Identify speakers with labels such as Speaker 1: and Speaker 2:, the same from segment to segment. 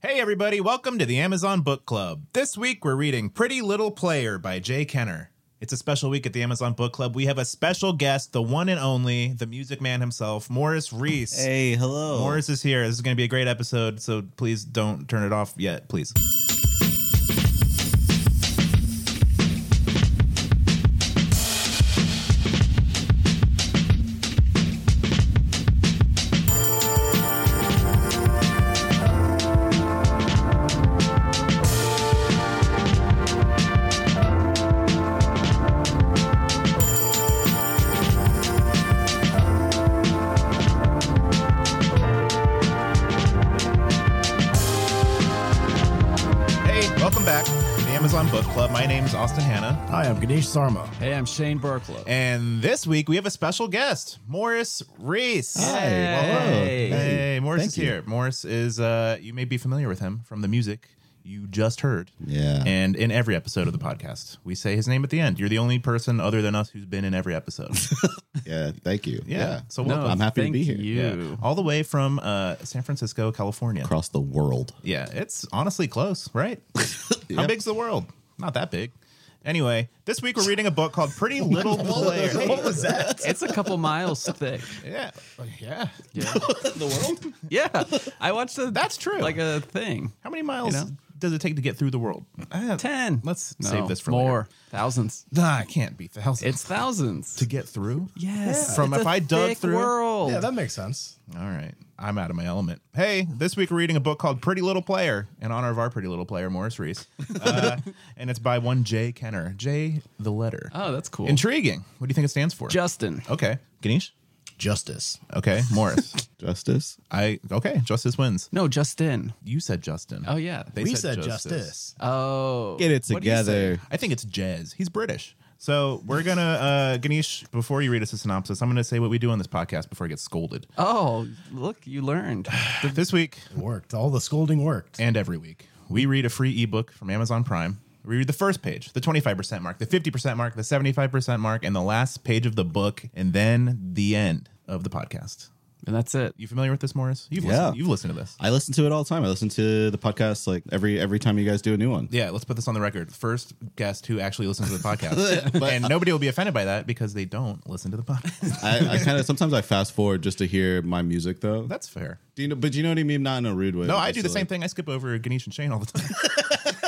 Speaker 1: Hey, everybody, welcome to the Amazon Book Club. This week we're reading Pretty Little Player by Jay Kenner. It's a special week at the Amazon Book Club. We have a special guest, the one and only, the music man himself, Morris Reese.
Speaker 2: Hey, hello.
Speaker 1: Morris is here. This is going to be a great episode, so please don't turn it off yet, please. Hey, welcome back to the Amazon Book Club. My name's Austin Hanna,
Speaker 3: Hi, I'm Ganesh Sarma.
Speaker 2: Hey, I'm Shane Burklow.
Speaker 1: and this week we have a special guest, Morris Reese.
Speaker 2: Hey.
Speaker 1: Hey, Morris
Speaker 3: Thank
Speaker 1: is
Speaker 3: you.
Speaker 1: here. Morris is, uh, you may be familiar with him from the music you just heard.
Speaker 3: Yeah.
Speaker 1: And in every episode of the podcast, we say his name at the end. You're the only person other than us who's been in every episode.
Speaker 3: Yeah, thank you.
Speaker 1: Yeah. So
Speaker 2: No,
Speaker 1: welcome.
Speaker 3: I'm happy to
Speaker 2: thank
Speaker 3: be here.
Speaker 2: You.
Speaker 1: All the way from uh, San Francisco, California.
Speaker 3: Across the world.
Speaker 1: Yeah, it's honestly close, right? How
Speaker 3: Yeah.
Speaker 1: big's the world? Not that big. Anyway, this week we're reading a book called Pretty Little Player. what was that?
Speaker 2: It's a couple miles thick.
Speaker 1: Yeah. Yeah.
Speaker 2: Oh, Yeah.
Speaker 3: the world?
Speaker 2: yeah. I watched a
Speaker 1: That's true.
Speaker 2: like a thing.
Speaker 1: How many miles
Speaker 2: You know?
Speaker 1: does it take to get through the world? Uh,
Speaker 2: 10.
Speaker 1: Let's
Speaker 2: No,
Speaker 1: save this for
Speaker 2: more.
Speaker 1: later.
Speaker 2: Thousands.
Speaker 1: Nah, it can't be thousands.
Speaker 2: It's thousands.
Speaker 1: to get through?
Speaker 2: yes.
Speaker 1: From
Speaker 2: it's
Speaker 1: if
Speaker 2: a
Speaker 1: I dug
Speaker 2: thick
Speaker 1: through-
Speaker 2: world.
Speaker 4: Yeah, that makes sense.
Speaker 1: All right. I'm out of my element. Hey, this week we're reading a book called Pretty Little Player in honor of our pretty little player, Morris Reese. Uh, and it's by one J. Kenner. J, the letter.
Speaker 2: oh, that's cool.
Speaker 1: Intriguing. What do you think it stands for?
Speaker 2: Justin.
Speaker 1: Okay. Ganesh?
Speaker 4: Justice.
Speaker 1: Okay. Morris.
Speaker 3: Justice?
Speaker 1: I, okay. Justice wins.
Speaker 2: No, Justin.
Speaker 1: You said Justin.
Speaker 2: Oh yeah.
Speaker 1: They
Speaker 4: we said,
Speaker 1: justice.
Speaker 4: justice.
Speaker 2: oh.
Speaker 3: Get it
Speaker 2: What do you say?
Speaker 3: together.
Speaker 1: I think it's Jez. He's British. So we're going to, uh, Ganesh, before you read us a synopsis, I'm going to say what we do on this podcast before I get scolded.
Speaker 2: Oh, look, you learned.
Speaker 1: This week,
Speaker 4: It worked. All the scolding worked.
Speaker 1: and every week. We read a free ebook from Amazon Prime. We read the first page, the 25% mark, the 50% mark, the 75% mark, and the last page of the book, and then the end of the podcast.
Speaker 2: And that's it.
Speaker 1: You familiar with this, Morris? You've,
Speaker 3: Yeah.
Speaker 1: listened, you've listened to this.
Speaker 3: I listen to it all the time. I listen to the podcast like every every time you guys do a new one.
Speaker 1: Yeah, let's put this on the record. First guest who actually listens to the podcast. and nobody will be offended by that because they don't listen to the podcast.
Speaker 3: I, I kind of sometimes I fast forward just to hear my music though.
Speaker 1: That's fair.
Speaker 3: Do you know, but you know what I mean? Not in a rude way.
Speaker 1: No,
Speaker 3: but
Speaker 1: I
Speaker 3: just
Speaker 1: do the
Speaker 3: to,
Speaker 1: same
Speaker 3: like-
Speaker 1: thing. I skip over Ganesh and Shane all the time.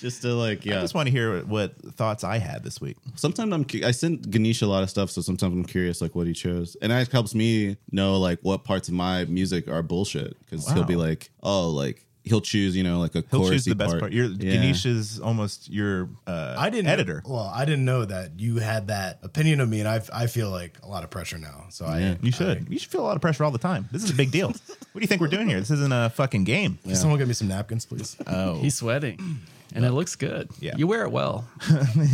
Speaker 3: Just to like, yeah.
Speaker 1: I just want to hear what, what thoughts I had this week.
Speaker 3: sometimes I'm cu- I send Ganesh a lot of stuff, so sometimes I'm curious like what he chose, and that helps me know like what parts of my music are bullshit because he'll be like, oh, like he'll choose you know like a
Speaker 1: He'll
Speaker 3: chorusy
Speaker 1: choose the best part.
Speaker 3: part.
Speaker 1: Your
Speaker 3: Yeah.
Speaker 1: Ganesh is almost your uh,
Speaker 4: I didn't
Speaker 1: editor.
Speaker 4: Well, I didn't know that you had that opinion of me, and I I feel like a lot of pressure now. So I
Speaker 1: You should. uh, you should feel a lot of pressure all the time. This is a big deal. what do you think we're doing here? This isn't a fucking game.
Speaker 4: Can someone give me some napkins, please.
Speaker 1: Oh,
Speaker 2: He's sweating. And it looks good.
Speaker 1: Yeah.
Speaker 2: You wear it well.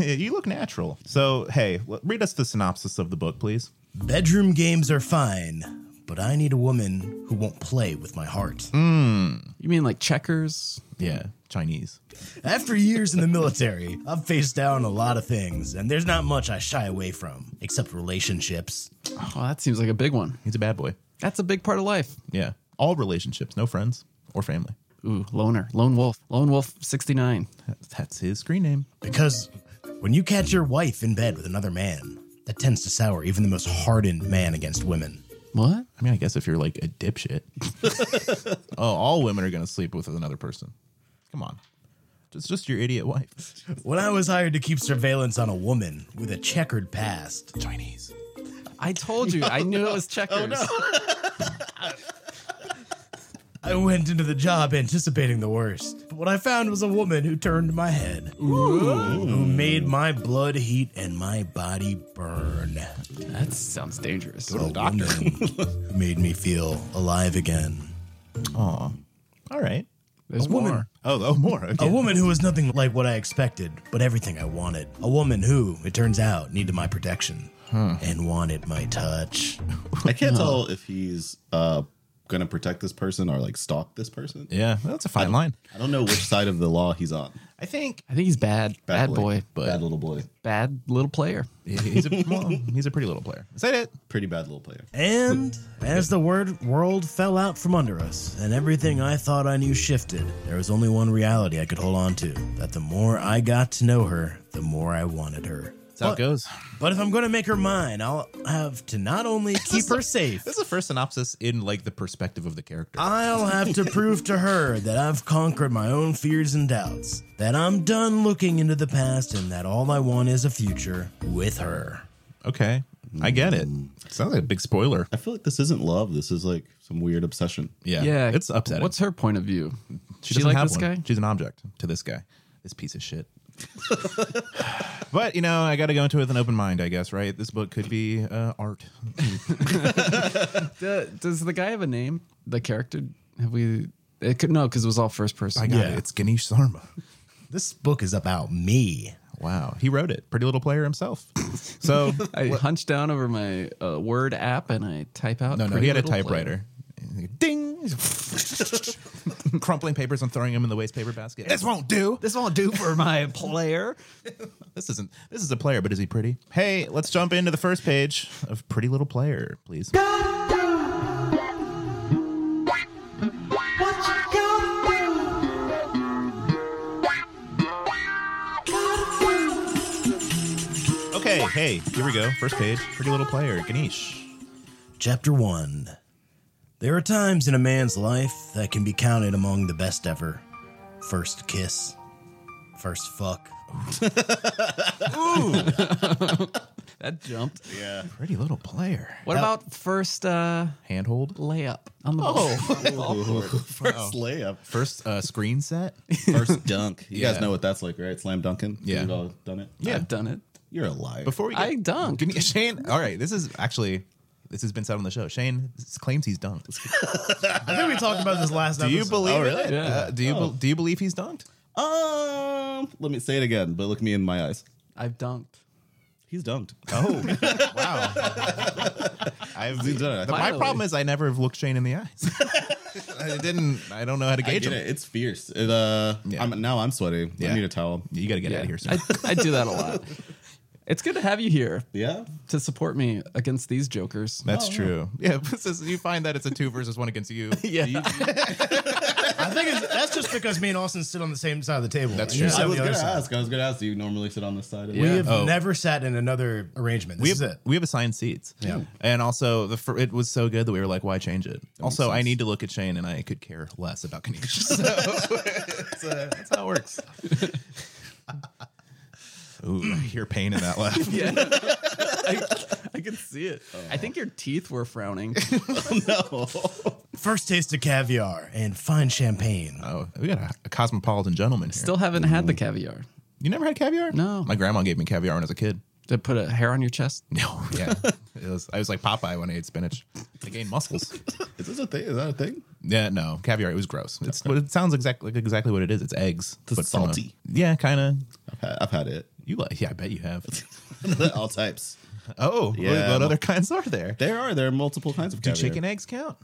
Speaker 1: you look natural. So, hey, l- read us the synopsis of the book, please.
Speaker 4: Bedroom games are fine, but I need a woman who won't play with my heart.
Speaker 1: Hmm.
Speaker 2: You mean like checkers?
Speaker 1: Yeah, Chinese.
Speaker 4: After years in the military, I've faced down a lot of things, and there's not much I shy away from, except relationships.
Speaker 2: Oh, that seems like a big one.
Speaker 1: He's a bad boy.
Speaker 2: That's a big part of life.
Speaker 1: Yeah, all relationships, no friends or family.
Speaker 2: Ooh, loner, lone wolf, lone wolf 69.
Speaker 1: That- That's his screen name.
Speaker 4: Because when you catch your wife in bed with another man, that tends to sour even the most hardened man against women.
Speaker 2: What?
Speaker 1: I mean, I guess if you're like a dipshit. oh, all women are gonna sleep with another person. Come on, it's just your idiot wife.
Speaker 4: When I was hired to keep surveillance on a woman with a checkered past,
Speaker 1: Chinese.
Speaker 2: I told you. I knew it was checkers.
Speaker 1: Oh,
Speaker 4: I went into the job anticipating the worst. But what I found was a woman who turned my head, who made my blood heat and my body burn.
Speaker 2: That sounds dangerous.
Speaker 4: A doctor who made me feel alive again.
Speaker 1: All right.
Speaker 2: There's
Speaker 4: woman.
Speaker 2: more.
Speaker 1: Oh, oh, more. Okay.
Speaker 4: A woman who was nothing like what I expected, but everything I wanted. A woman who, it turns out, needed my protection and wanted my touch.
Speaker 1: Uh-huh.
Speaker 3: I can't tell if he's uh gonna protect this person or like stalk this person.
Speaker 1: Yeah, that's a fine line.
Speaker 3: I don't know which side of the law he's on.
Speaker 1: I think
Speaker 2: I think he's bad. Bad,
Speaker 3: boy.
Speaker 2: boy.
Speaker 3: bad little boy,
Speaker 2: Bad little player.
Speaker 1: he's a well, he's a pretty little player. Is that it?
Speaker 3: pretty bad little player.
Speaker 4: And as the word world fell out from under us, and everything I thought I knew shifted, there was only one reality I could hold on to that the more I got to know her, the more I wanted her.
Speaker 1: That's how
Speaker 4: But-
Speaker 1: it goes.
Speaker 4: But if I'm going to make her mine, I'll have to not only keep her safe,
Speaker 1: This is the first synopsis in like the perspective of the character.
Speaker 4: I'll have to prove to her that I've conquered my own fears and doubts, that I'm done looking into the past, and that all I want is a future with her.
Speaker 1: okay, I get it. Sounds like a big spoiler.
Speaker 3: I feel like this isn't love. This is like some weird obsession.
Speaker 1: Yeah,
Speaker 2: Yeah.
Speaker 1: it's upsetting.
Speaker 2: What's her point of view? She,
Speaker 1: doesn't
Speaker 2: like
Speaker 1: have
Speaker 2: this
Speaker 1: one.
Speaker 2: guy?
Speaker 1: She's an object to this guy. This piece of shit. but you know, I got to go into it with an open mind, I guess. Right? This book could be uh, art.
Speaker 2: Do- does the guy have a name? The character? Have we? It could no, because it was all first person.
Speaker 1: I got
Speaker 4: Yeah.
Speaker 1: it. It's Ganesh Sarma.
Speaker 4: This book is about me.
Speaker 1: Wow, he wrote it. Pretty Little Player himself. So
Speaker 2: I hunch down over my uh, Word app and I type out.
Speaker 1: no, no,
Speaker 2: Pretty
Speaker 1: he had a
Speaker 2: Little Player.
Speaker 1: typewriter. Ding, crumpling papers and throwing them in the waste paper basket. This won't do.
Speaker 2: This won't do for my player.
Speaker 1: This isn't. This is a player, but is he pretty? Hey, let's jump into the first page of Pretty Little Player, please.
Speaker 5: What you gonna do? Gotta do.
Speaker 1: Okay, hey, here we go. First page, Pretty Little Player, Ganesh.
Speaker 4: Chapter 1 There are times in a man's life that can be counted among the best ever. First kiss, first fuck.
Speaker 2: That jumped.
Speaker 1: Pretty Little Player.
Speaker 2: What about first uh,
Speaker 1: Handhold.
Speaker 2: layup on the ball?
Speaker 3: First layup,
Speaker 1: First uh, screen set.
Speaker 3: first dunk. You
Speaker 1: Yeah.
Speaker 3: guys know what that's like, right? Slam dunking.
Speaker 1: Yeah.
Speaker 3: You've all done it.
Speaker 1: Yeah.
Speaker 2: I've done it.
Speaker 3: You're a liar.
Speaker 1: Before we, get,
Speaker 2: I dunked.
Speaker 1: Ganesh- Shane. All right, this is actually. This has been said on the show. Shane claims he's dunked.
Speaker 4: I think we talked about this last
Speaker 1: Do you believe
Speaker 3: Oh, really?
Speaker 1: it?
Speaker 2: Yeah.
Speaker 1: Uh, do you be- do you believe he's dunked?
Speaker 3: um, let me say it again, but look me in my eyes.
Speaker 2: I've dunked.
Speaker 3: He's dunked.
Speaker 1: Oh, wow. I've,
Speaker 3: done it.
Speaker 1: my
Speaker 2: Finally.
Speaker 1: problem is I never have looked Shane in the eyes. I didn't. I don't know how to
Speaker 3: I
Speaker 1: gauge
Speaker 3: get
Speaker 1: him.
Speaker 3: it. It's fierce. It, uh,
Speaker 1: Yeah.
Speaker 3: I'm, now I'm sweaty.
Speaker 1: Yeah.
Speaker 3: I need a towel.
Speaker 1: You got to get
Speaker 2: Yeah.
Speaker 1: out of here. Soon.
Speaker 2: I, I do that a lot. It's good to have you here
Speaker 3: Yeah.
Speaker 2: to support me against these jokers.
Speaker 1: That's true. Yeah, this is, you find that it's a two versus one against you.
Speaker 2: Yeah.
Speaker 1: You-
Speaker 4: I think it's, that's just because me and Austin sit on the same side of the table.
Speaker 1: That's
Speaker 4: And
Speaker 1: true.
Speaker 4: you sit
Speaker 3: I
Speaker 4: on
Speaker 3: was
Speaker 4: the
Speaker 3: gonna
Speaker 4: other side.
Speaker 3: ask. I was gonna ask. Do you normally sit on this side? Of
Speaker 2: Yeah.
Speaker 4: We have
Speaker 1: Oh.
Speaker 4: never sat in another arrangement. This
Speaker 1: we
Speaker 4: is
Speaker 1: have
Speaker 4: it.
Speaker 1: we have assigned seats.
Speaker 4: Yeah.
Speaker 1: and also the fir- it was so good that we were like, why change it? also, I need to look at Shane, and I could care less about Ganesh. So it's, uh, that's how it works. Ooh, I hear pain in that laugh.
Speaker 2: Yeah. I, I can see it. I think your teeth were frowning.
Speaker 4: First taste of caviar and fine champagne.
Speaker 1: Oh, we got a, a cosmopolitan gentleman here.
Speaker 2: Still haven't had the caviar.
Speaker 1: you never had caviar?
Speaker 2: No.
Speaker 1: My grandma gave me caviar when I was a kid.
Speaker 2: Did it put a hair on your chest?
Speaker 1: No, yeah, it was. I was like Popeye when I ate spinach. I gained muscles.
Speaker 3: Is this a thing? Is that a thing?
Speaker 1: Yeah, no, caviar. It was gross. It's what it sounds exactly like exactly what it is. It's eggs,
Speaker 3: It's
Speaker 1: from a-
Speaker 3: salty.
Speaker 1: yeah, kind of.
Speaker 3: I've had, I've had it.
Speaker 1: You like? Yeah, I bet you have.
Speaker 3: All types.
Speaker 1: Oh, what,
Speaker 3: Yeah.
Speaker 1: what other kinds are there?
Speaker 3: There are there are multiple kinds of
Speaker 1: Do
Speaker 3: caviar.
Speaker 1: chicken eggs count?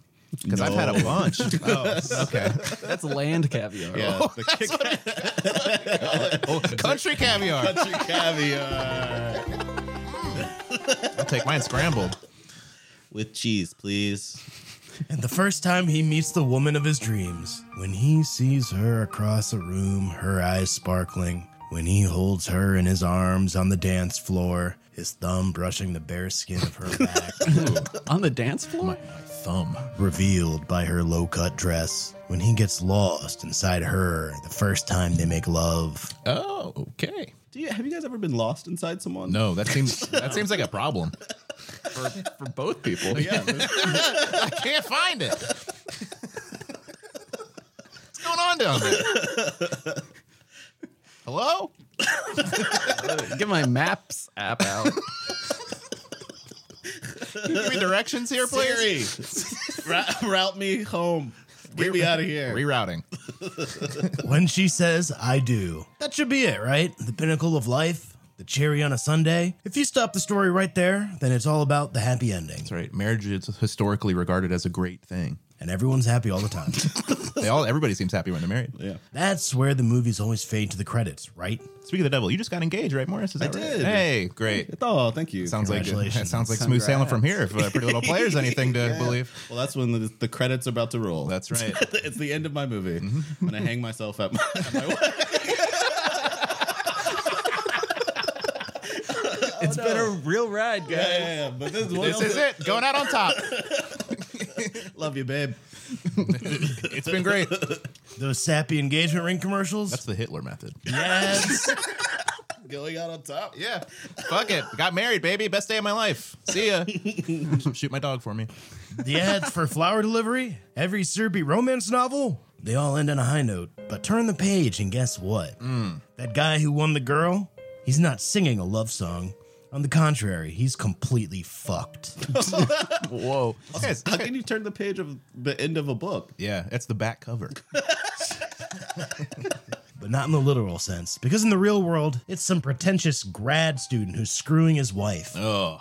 Speaker 1: Because I've
Speaker 3: No.
Speaker 1: had a bunch. oh, okay.
Speaker 2: That's land caviar.
Speaker 3: Yeah, the chicken
Speaker 1: Country caviar.
Speaker 3: country caviar
Speaker 1: I'll take mine scrambled.
Speaker 3: with cheese, please.
Speaker 4: And the first time he meets the woman of his dreams, when he sees her across a room, her eyes sparkling, when he holds her in his arms on the dance floor, his thumb brushing the bare skin of her back,
Speaker 2: On the dance floor?
Speaker 1: Thumb.
Speaker 4: revealed by her low cut dress, when he gets lost inside her the first time they make love.
Speaker 1: Oh, okay.
Speaker 3: Do you have you guys ever been lost inside someone?
Speaker 1: No, that seems that seems like a problem.
Speaker 2: For, for both people.
Speaker 3: Yeah.
Speaker 1: I can't find it. What's going on down there? Hello?
Speaker 2: Get my maps app out.
Speaker 1: Give me directions here, please.
Speaker 3: Siri, ra- route me home. Get me out of here.
Speaker 1: Rerouting.
Speaker 4: When she says, I do. That should be it, right? The pinnacle of life, the cherry on a Sunday. If you stop the story right there, then it's all about the happy ending.
Speaker 1: That's right. Marriage is historically regarded as a great thing.
Speaker 4: and everyone's happy all the time.
Speaker 1: They all everybody seems happy when they're married.
Speaker 3: Yeah.
Speaker 4: That's where the movies always fade to the credits, right?
Speaker 1: Speaking of the devil, you just got engaged, right, Morris? Is that right?
Speaker 3: did.
Speaker 1: Hey, great.
Speaker 3: Oh, thank you.
Speaker 1: Sounds like it
Speaker 4: Congratulations.
Speaker 1: sounds like smooth sailing from here. If uh, Pretty Little Players, anything to believe.
Speaker 3: Well, that's when the, the credits are about to roll.
Speaker 1: That's Mm-hmm. right.
Speaker 3: it's the end of my movie. I'm gonna hang myself at my. At my
Speaker 2: It's been a real ride, guys.
Speaker 3: yeah, but this, one
Speaker 1: This is it. Going out on top.
Speaker 3: Love you, babe.
Speaker 1: It's been great.
Speaker 4: Those sappy engagement ring commercials.
Speaker 1: That's the Hitler method.
Speaker 4: yes.
Speaker 3: Going out on top.
Speaker 1: Yeah. Fuck it. Got married, baby. Best day of my life. See ya. Shoot my dog for me.
Speaker 4: the ads for flower delivery, every syrupy romance novel, they all end on a high note. But turn the page and guess what? That guy who won the girl, he's not singing a love song. On the contrary, he's completely fucked.
Speaker 1: Whoa. Guys,
Speaker 3: How can you turn the page of the end of a book?
Speaker 1: yeah, that's the back cover.
Speaker 4: but not in the literal sense, because in the real world, it's some pretentious grad student who's screwing his wife.
Speaker 1: Oh,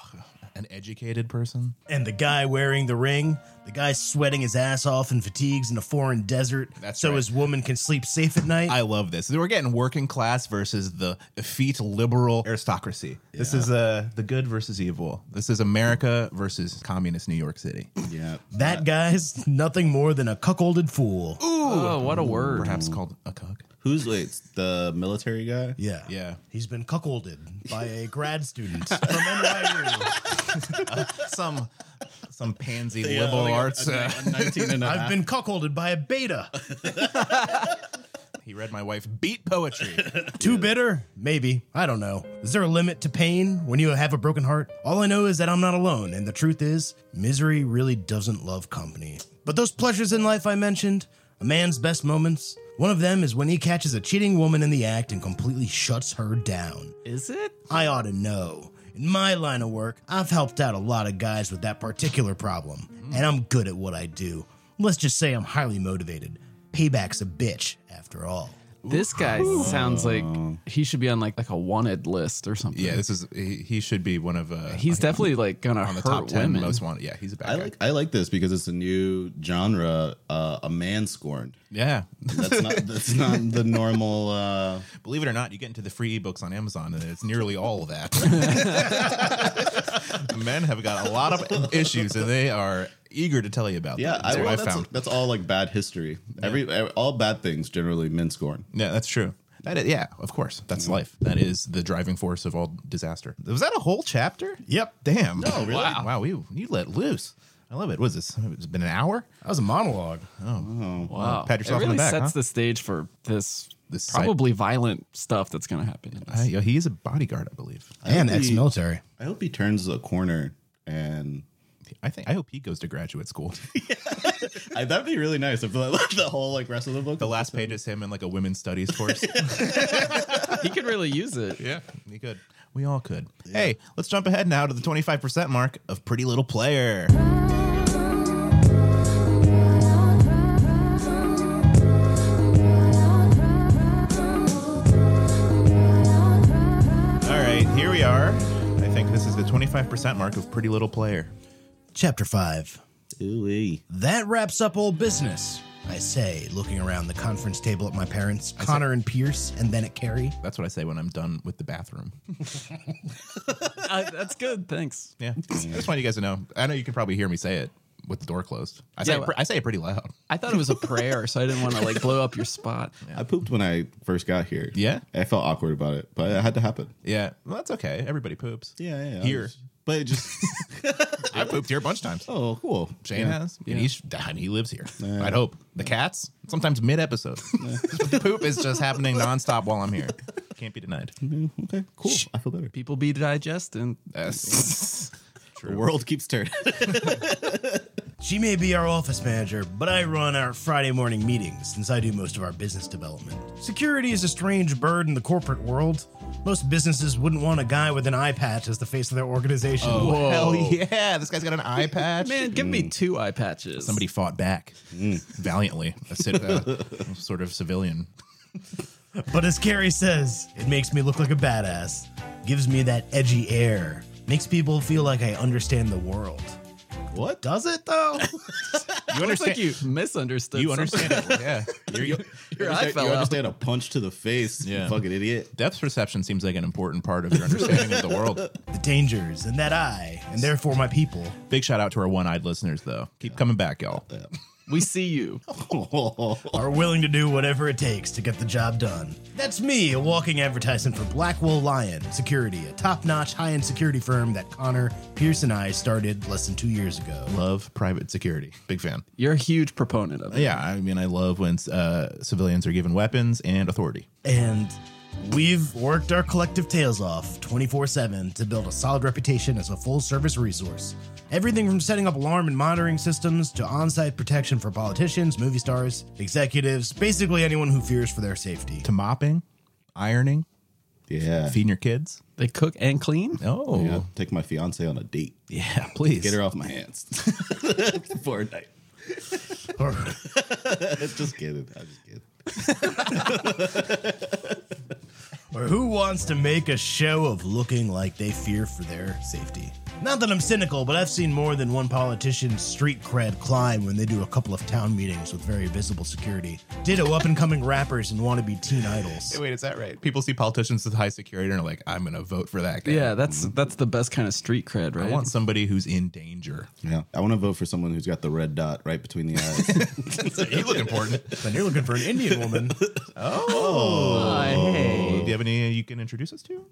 Speaker 1: an educated person.
Speaker 4: And the guy wearing the ring, the guy sweating his ass off in fatigues in a foreign desert
Speaker 1: That's
Speaker 4: so
Speaker 1: right.
Speaker 4: his woman can sleep safe at night.
Speaker 1: I love this. We're getting working class versus the effete liberal aristocracy. This is uh, the good versus evil. This is America versus communist New York City.
Speaker 3: Yeah.
Speaker 4: that guy's nothing more than a cuckolded fool.
Speaker 2: Oh, what a word.
Speaker 1: Perhaps called a cuck.
Speaker 3: Who's wait the military guy?
Speaker 4: Yeah.
Speaker 1: Yeah.
Speaker 4: He's been cuckolded by a grad student from NYU.
Speaker 1: Some some pansy
Speaker 3: Yeah,
Speaker 1: liberal
Speaker 3: like a-
Speaker 1: arts.
Speaker 3: a-
Speaker 1: uh,
Speaker 3: a 19 and a
Speaker 4: I've
Speaker 3: half.
Speaker 4: been cuckolded by a beta.
Speaker 1: he read my wife beat poetry.
Speaker 4: Too bitter? Maybe. I don't know. Is there a limit to pain when you have a broken heart? All I know is that I'm not alone, and the truth is, misery really doesn't love company. But those pleasures in life I mentioned, a man's best moments, one of them is when he catches a cheating woman in the act and completely shuts her down.
Speaker 2: Is it?
Speaker 4: I ought to know. In my line of work, I've helped out a lot of guys with that particular problem, and I'm good at what I do. Let's just say I'm highly motivated. Payback's a bitch, after all.
Speaker 2: This guy sounds like he should be on like like a wanted list or something.
Speaker 1: yeah, this is he, he should be one of uh
Speaker 2: He's definitely like gonna
Speaker 1: on the
Speaker 2: hurt
Speaker 1: top ten
Speaker 2: women.
Speaker 1: most wanted. Yeah, he's a bad
Speaker 3: I
Speaker 1: guy.
Speaker 3: like I like this because it's a new genre. Uh, a man scorned.
Speaker 1: yeah.
Speaker 3: That's not that's not the normal. Uh,
Speaker 1: Believe it or not, you get into the free ebooks on Amazon, and it's nearly all of that. Men have got a lot of issues, and they are eager to tell you about.
Speaker 3: yeah,
Speaker 1: them.
Speaker 3: I,
Speaker 1: That's what
Speaker 3: well,
Speaker 1: I
Speaker 3: that's,
Speaker 1: found.
Speaker 3: that's all like bad history. Every e, all bad things generally men scorn.
Speaker 1: yeah, that's true. That is, yeah, of course. That's life. That is the driving force of all disaster. Mm-hmm. Was that a whole chapter?
Speaker 4: Yep.
Speaker 1: Damn. No, really? Wow, wow you, you let loose. I love it. What is this? It's been an hour? Oh.
Speaker 4: That was a monologue.
Speaker 2: Wow.
Speaker 1: Pat yourself
Speaker 2: it
Speaker 1: on the
Speaker 2: really
Speaker 1: back,
Speaker 2: sets
Speaker 1: huh?
Speaker 2: the stage for this,
Speaker 1: This site.
Speaker 2: probably violent stuff that's gonna happen. in this.
Speaker 1: Uh, yeah, he is a bodyguard, I believe.
Speaker 4: And
Speaker 3: I hope he-
Speaker 4: ex-military.
Speaker 3: I hope he turns a corner, and
Speaker 1: I think I hope he goes to graduate school.
Speaker 3: I, that'd be really nice if the, the whole like rest of the book.
Speaker 1: the last page is him in like a women's studies course.
Speaker 2: he could really use it.
Speaker 1: Yeah, he could. We all could. Hey, let's jump ahead now to the 25% mark of Pretty Little Player. All right, here we are. I think this is the 25% mark of Pretty Little Player.
Speaker 4: Chapter 5.
Speaker 3: Ooh-wee.
Speaker 4: That wraps up old business, I say, looking around the conference table at my parents, Connor and Pierce, and then at Carrie.
Speaker 1: That's what I say when I'm done with the bathroom.
Speaker 2: Uh, that's good. Thanks.
Speaker 1: Yeah. I just want you guys to know. I know you can probably hear me say it with the door closed. I say,
Speaker 2: Yeah,
Speaker 1: it, pre-
Speaker 2: well-
Speaker 1: I say it pretty loud.
Speaker 2: I thought it was a prayer, so I didn't want to like blow up your spot.
Speaker 3: I pooped when I first got here.
Speaker 1: Yeah?
Speaker 3: I felt awkward about it, but it had to happen.
Speaker 1: Yeah. Well, that's okay. Everybody poops.
Speaker 3: Yeah, yeah. yeah.
Speaker 1: Here.
Speaker 3: but it just
Speaker 1: I pooped here a bunch of times.
Speaker 3: oh, cool.
Speaker 1: Shane
Speaker 3: Yeah.
Speaker 1: has. And he's, I mean, he lives here. I'd hope. The cats, sometimes mid episode. the poop is just happening nonstop while I'm here. Can't be denied.
Speaker 3: Okay, cool. I feel better.
Speaker 2: People be digesting.
Speaker 1: Yes.
Speaker 3: The world keeps turning.
Speaker 4: She may be our office manager, but I run our Friday morning meetings since I do most of our business development. Security is a strange bird in the corporate world. Most businesses wouldn't want a guy with an eye patch as the face of their organization.
Speaker 1: Hell yeah. This guy's got an eye patch. Mm.
Speaker 2: Man, give me two eye patches.
Speaker 1: Somebody fought back valiantly. A sit, uh, sort of civilian.
Speaker 4: But as Carrie says, it makes me look like a badass, gives me that edgy air, makes people feel like I understand the world.
Speaker 3: What?
Speaker 4: Does it though?
Speaker 1: You
Speaker 2: Looks like
Speaker 1: understand?
Speaker 2: you misunderstood.
Speaker 1: you
Speaker 2: something.
Speaker 1: understand it. Yeah. Your- your
Speaker 2: Your eye
Speaker 3: understand,
Speaker 2: fell
Speaker 3: you
Speaker 2: out.
Speaker 3: understand a punch to the face, you
Speaker 1: Yeah.
Speaker 3: fucking idiot.
Speaker 1: depth perception seems like an important part of your understanding of the world.
Speaker 4: the dangers and that eye, and therefore my people.
Speaker 1: Big shout out to our one-eyed listeners, though. Keep coming back, y'all.
Speaker 2: We see you.
Speaker 4: are willing to do whatever it takes to get the job done. That's me, a walking advertisement for Blackwell Lion Security, a top notch high end security firm that Connor, Pierce, and I started less than two years ago.
Speaker 1: Love private security. Big fan.
Speaker 2: You're a huge proponent of it.
Speaker 1: Yeah, I mean, I love when uh, civilians are given weapons and authority.
Speaker 4: And we've worked our collective tails off 24 7 to build a solid reputation as a full service resource. Everything from setting up alarm and monitoring systems to on site protection for politicians, movie stars, executives, basically anyone who fears for their safety.
Speaker 1: To mopping, ironing,
Speaker 3: Yeah.
Speaker 1: feeding your kids.
Speaker 2: They cook and clean.
Speaker 1: Oh,
Speaker 3: yeah.
Speaker 1: yeah,
Speaker 3: Take my fiance on a date.
Speaker 1: please.
Speaker 3: Get her off my hands. For a night. just kidding. I'm just kidding.
Speaker 4: Or who wants to make a show of looking like they fear for their safety? Not that I'm cynical, but I've seen more than one politician's street cred climb when they do a couple of town meetings with very visible security. Ditto up and coming rappers and wannabe teen idols.
Speaker 1: Wait, is that right? People see politicians with high security and are like, "I'm going to vote for that guy."
Speaker 2: Yeah, that's that's the best kind of street cred, right?
Speaker 1: I want somebody who's in danger.
Speaker 3: Yeah. I want to vote for someone who's got the red dot right between the eyes.
Speaker 1: you look important. Oh.
Speaker 4: Then you're looking for an Indian woman. Oh,
Speaker 2: Uh,
Speaker 1: Do
Speaker 2: hey.
Speaker 1: you have any you can introduce us to? Or-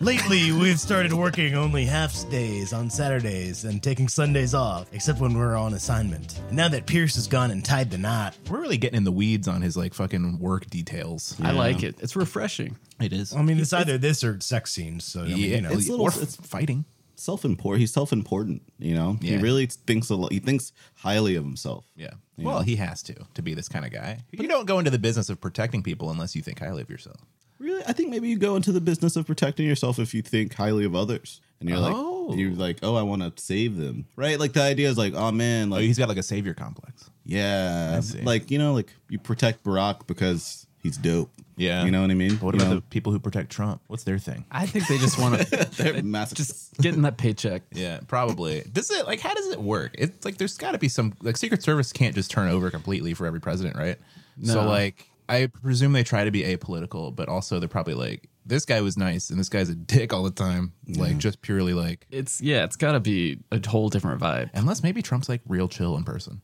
Speaker 4: Lately, we've started working only half days on Saturdays and taking Sundays off, except when we're on assignment. And now that Pierce is gone and tied the knot,
Speaker 1: We're really getting in the weeds on his like fucking work details.
Speaker 2: I like it. It's refreshing.
Speaker 1: It is.
Speaker 4: I mean, it's either this or sex scenes. So, I mean,
Speaker 1: yeah,
Speaker 4: you know,
Speaker 1: it's
Speaker 3: it's
Speaker 1: little,
Speaker 3: little-
Speaker 1: or it's fighting.
Speaker 3: self important. He's self important. You know.
Speaker 1: Yeah.
Speaker 3: He really thinks a lot. He thinks highly of himself.
Speaker 1: Yeah.
Speaker 3: You
Speaker 1: Well,
Speaker 3: know?
Speaker 1: he has to to be this kind of guy. you don't go into the business of protecting people unless you think highly of yourself.
Speaker 3: Really, I think maybe you go into the business of protecting yourself if you think highly of others, and you're
Speaker 1: Oh.
Speaker 3: like, you're like, oh, I want to save them, right? Like the idea is like, oh man,
Speaker 1: Oh,
Speaker 3: like
Speaker 1: he's got like a savior complex.
Speaker 3: yeah,
Speaker 1: see.
Speaker 3: like you know, like you protect Barack because he's dope.
Speaker 1: Yeah.
Speaker 3: you know what I mean.
Speaker 1: But what
Speaker 3: You
Speaker 1: about
Speaker 3: know?
Speaker 1: the people who protect Trump? What's their thing?
Speaker 2: I think they just want
Speaker 3: They're
Speaker 2: to
Speaker 3: massive.
Speaker 2: just getting that paycheck.
Speaker 1: Yeah, probably. Does it like how does it work? It's like there's got to be some like Secret Service can't just turn over completely for every president, right? So
Speaker 2: No.
Speaker 1: like I presume they try to be apolitical, but also they're probably like this guy was nice and this guy's a dick all the time, like just purely like
Speaker 2: It's yeah, it's got to be a whole different vibe.
Speaker 1: unless maybe Trump's like real chill in person.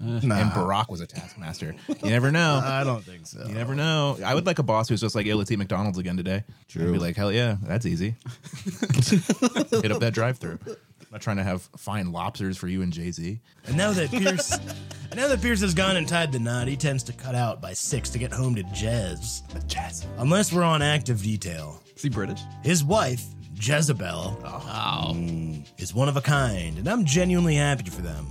Speaker 4: nah,
Speaker 1: And Barack was a taskmaster. You never know.
Speaker 4: I don't think so.
Speaker 1: You never know. I would like a boss who's just like, "Yo, let's eat McDonald's again today." True. Be like, "Hell yeah, that's easy." Hit up that drive-through. Not trying to have fine lobsters for you and Jay Z.
Speaker 4: And now that Pierce, and now that Pierce has gone and tied the knot, he tends to cut out by six to get home to Jez. Jez. Unless we're on active detail.
Speaker 2: Is he British?
Speaker 4: His wife, Jezebel,
Speaker 1: Oh.
Speaker 4: mm, is one of a kind, and I'm genuinely happy for them.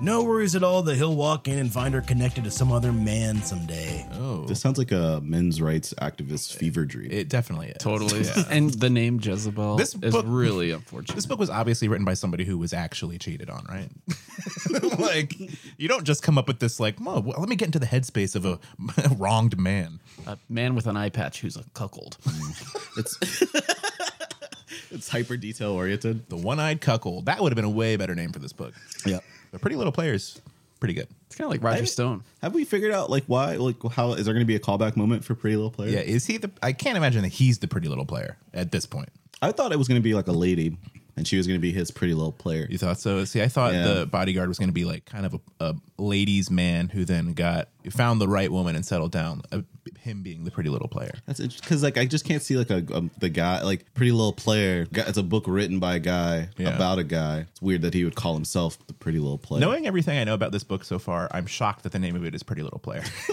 Speaker 4: No worries at all that he'll walk in and find her connected to some other man someday.
Speaker 1: Oh,
Speaker 3: This sounds like a men's rights activist fever dream.
Speaker 1: it definitely is.
Speaker 2: Totally. And the name Jezebel
Speaker 1: This
Speaker 2: this is
Speaker 1: book-
Speaker 2: really unfortunate.
Speaker 1: This book was obviously written by somebody who was actually cheated on, right? like, you don't just come up with this like, "Well, let me get into the headspace of a wronged man."
Speaker 2: a man with an eye patch who's a cuckold.
Speaker 3: it's it's hyper detail oriented.
Speaker 1: The one-eyed cuckold. That would have been a way better name for this book.
Speaker 3: Yeah.
Speaker 1: The Pretty Little Players, pretty good.
Speaker 2: It's kind of like Roger Stone.
Speaker 3: Have we figured out like why? Like how is there going to be a callback moment for Pretty Little Player?
Speaker 1: Yeah, is he the? I can't imagine that he's the Pretty Little Player at this point.
Speaker 3: I thought it was going to be like a lady, and she was going to be his Pretty Little Player.
Speaker 1: You thought so? See, I thought
Speaker 3: Yeah.
Speaker 1: the bodyguard was going to be like kind of a, a ladies' man who then got found the right woman and settled down. Uh, him being the pretty little player.
Speaker 3: That's because like I just can't see like a, a the guy like Pretty Little Player. Gu- It's a book written by a guy
Speaker 1: Yeah.
Speaker 3: about a guy. It's weird that he would call himself the Pretty Little Player.
Speaker 1: Knowing everything I know about this book so far, I'm shocked that the name of it is Pretty Little Player.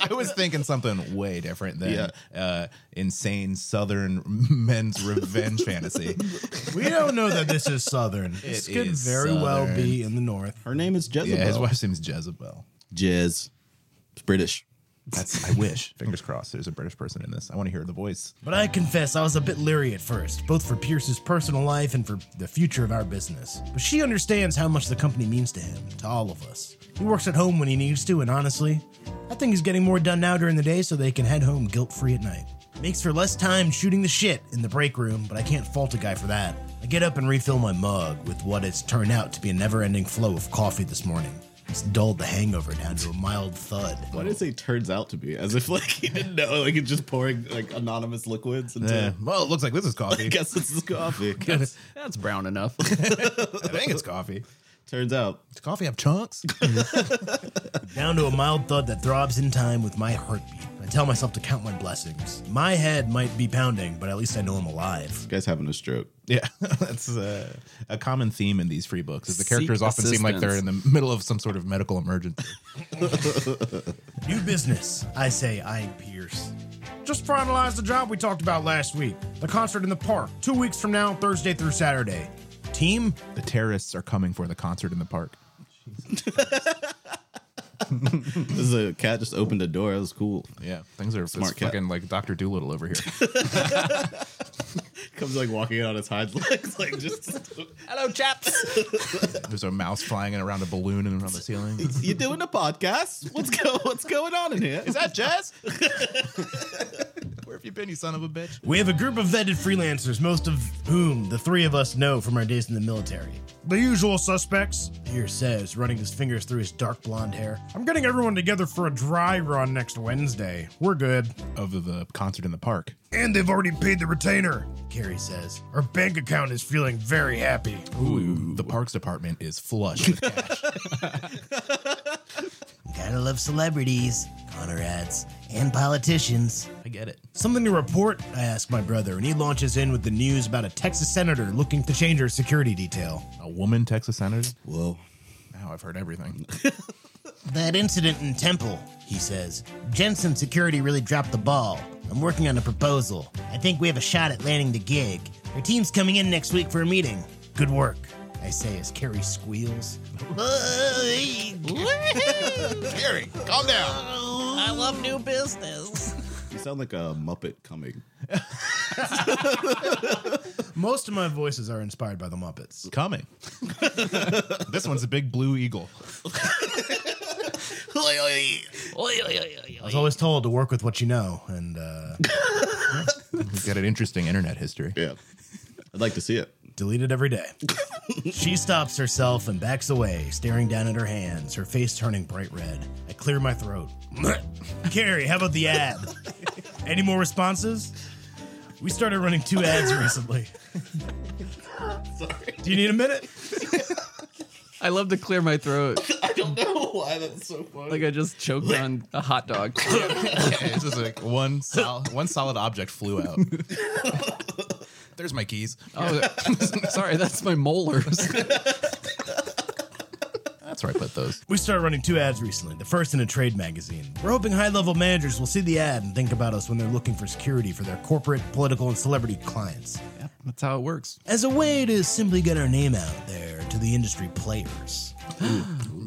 Speaker 1: I was thinking something way different than
Speaker 3: Yeah.
Speaker 1: uh, insane Southern men's revenge fantasy.
Speaker 4: We don't know that this is Southern. this could
Speaker 1: is
Speaker 4: very well
Speaker 1: Southern.
Speaker 4: be in the North.
Speaker 3: her name is Jezebel.
Speaker 1: Yeah, his wife's name is Jezebel.
Speaker 3: Jez. It's British.
Speaker 1: That's I wish. Fingers crossed. There's a British person in this. I want to hear the voice.
Speaker 4: But I confess I was a bit leery at first, both for Pierce's personal life and for the future of our business. But she understands how much the company means to him, to all of us. He works at home when he needs to, and honestly, I think he's getting more done now during the day so they can head home guilt free at night. Makes for less time shooting the shit in the break room, but I can't fault a guy for that. I get up and refill my mug with what has turned out to be a never ending flow of coffee this morning. It's dulled the hangover down to a mild thud.
Speaker 3: Why did it say turns out to be? As if like he didn't know, like it's just pouring like anonymous liquids into
Speaker 1: Yeah. Well, it looks like this is coffee.
Speaker 3: I guess this is coffee.
Speaker 2: That's brown enough.
Speaker 1: I think it's coffee.
Speaker 3: turns out.
Speaker 1: Does coffee have chunks?
Speaker 4: down to a mild thud that throbs in time with my heartbeat. I tell myself to count my blessings. My head might be pounding, but at least I know I'm alive.
Speaker 3: This guy's having a stroke.
Speaker 1: yeah, that's uh, a common theme in these free books. Is the
Speaker 2: Seek
Speaker 1: characters often seem like they're in
Speaker 2: assistance.
Speaker 1: the middle of some sort of medical emergency.
Speaker 4: New business. I say I'm Pierce. Just finalized the job we talked about last week. The concert in the park, two weeks from now, Thursday through Saturday. Team?
Speaker 1: the terrorists are coming for the concert in the park.
Speaker 3: This is a cat just opened a door. That was cool.
Speaker 1: Yeah, things are Smart
Speaker 3: Smart cat.
Speaker 1: fucking like Doctor Doolittle over here.
Speaker 3: Comes like walking out on his hind legs, like just
Speaker 2: Hello, chaps.
Speaker 1: There's a mouse flying around a balloon and around the ceiling. Is
Speaker 3: you doing a podcast? What's go what's going on in here?
Speaker 1: that jazz? Where have you been, you son of a bitch?
Speaker 4: We have a group of vetted freelancers, most of whom the three of us know from our days in the military. The usual suspects, Pierce says, running his fingers through his dark blonde hair. I'm getting everyone together for a dry run next Wednesday. We're good.
Speaker 1: Of the concert in the park.
Speaker 4: And they've already paid the retainer, Carrie says. Our bank account is feeling very happy.
Speaker 1: Ooh, the parks department is flush with cash.
Speaker 4: Gotta love celebrities, Connor adds, and politicians.
Speaker 1: I get it.
Speaker 4: Something to report? I ask my brother, and he launches in with the news about a Texas senator looking to change her security detail.
Speaker 1: A woman Texas senator?
Speaker 3: Whoa.
Speaker 1: Now I've heard everything.
Speaker 4: That incident in Temple, he says. Jensen security really dropped the ball. I'm working on a proposal. I think we have a shot at landing the gig. Our team's coming in next week for a meeting. Good work, I say as Carrie squeals.
Speaker 1: Gary, calm down.
Speaker 6: I love new business.
Speaker 3: You sound like a Muppet coming.
Speaker 4: Most of my voices are inspired by the Muppets.
Speaker 1: Coming. this one's a big blue eagle.
Speaker 6: Oy, oy, oy, oy,
Speaker 4: I
Speaker 6: oy.
Speaker 4: was always told to work with what you know, and uh,
Speaker 1: We've got an interesting internet history.
Speaker 3: Yeah. I'd like to see it.
Speaker 4: delete it every day. she stops herself and backs away, staring down at her hands, her face turning bright red. I clear my throat. Carrie, how about the ad? Any more responses? We started running two ads recently. Sorry. Do you need a minute?
Speaker 2: I love to clear my throat.
Speaker 3: I don't know why that's so funny.
Speaker 2: Like I just choked on a hot dog.
Speaker 1: it's just like one solid, one solid object flew out. There's my keys.
Speaker 2: Oh, sorry, that's my molars.
Speaker 1: That's where I put those.
Speaker 4: We started running two ads recently, the first in a trade magazine. We're hoping high level managers will see the ad and think about us when they're looking for security for their corporate, political, and celebrity clients.
Speaker 2: That's how it works.
Speaker 4: as a way to simply get our name out there to the industry players.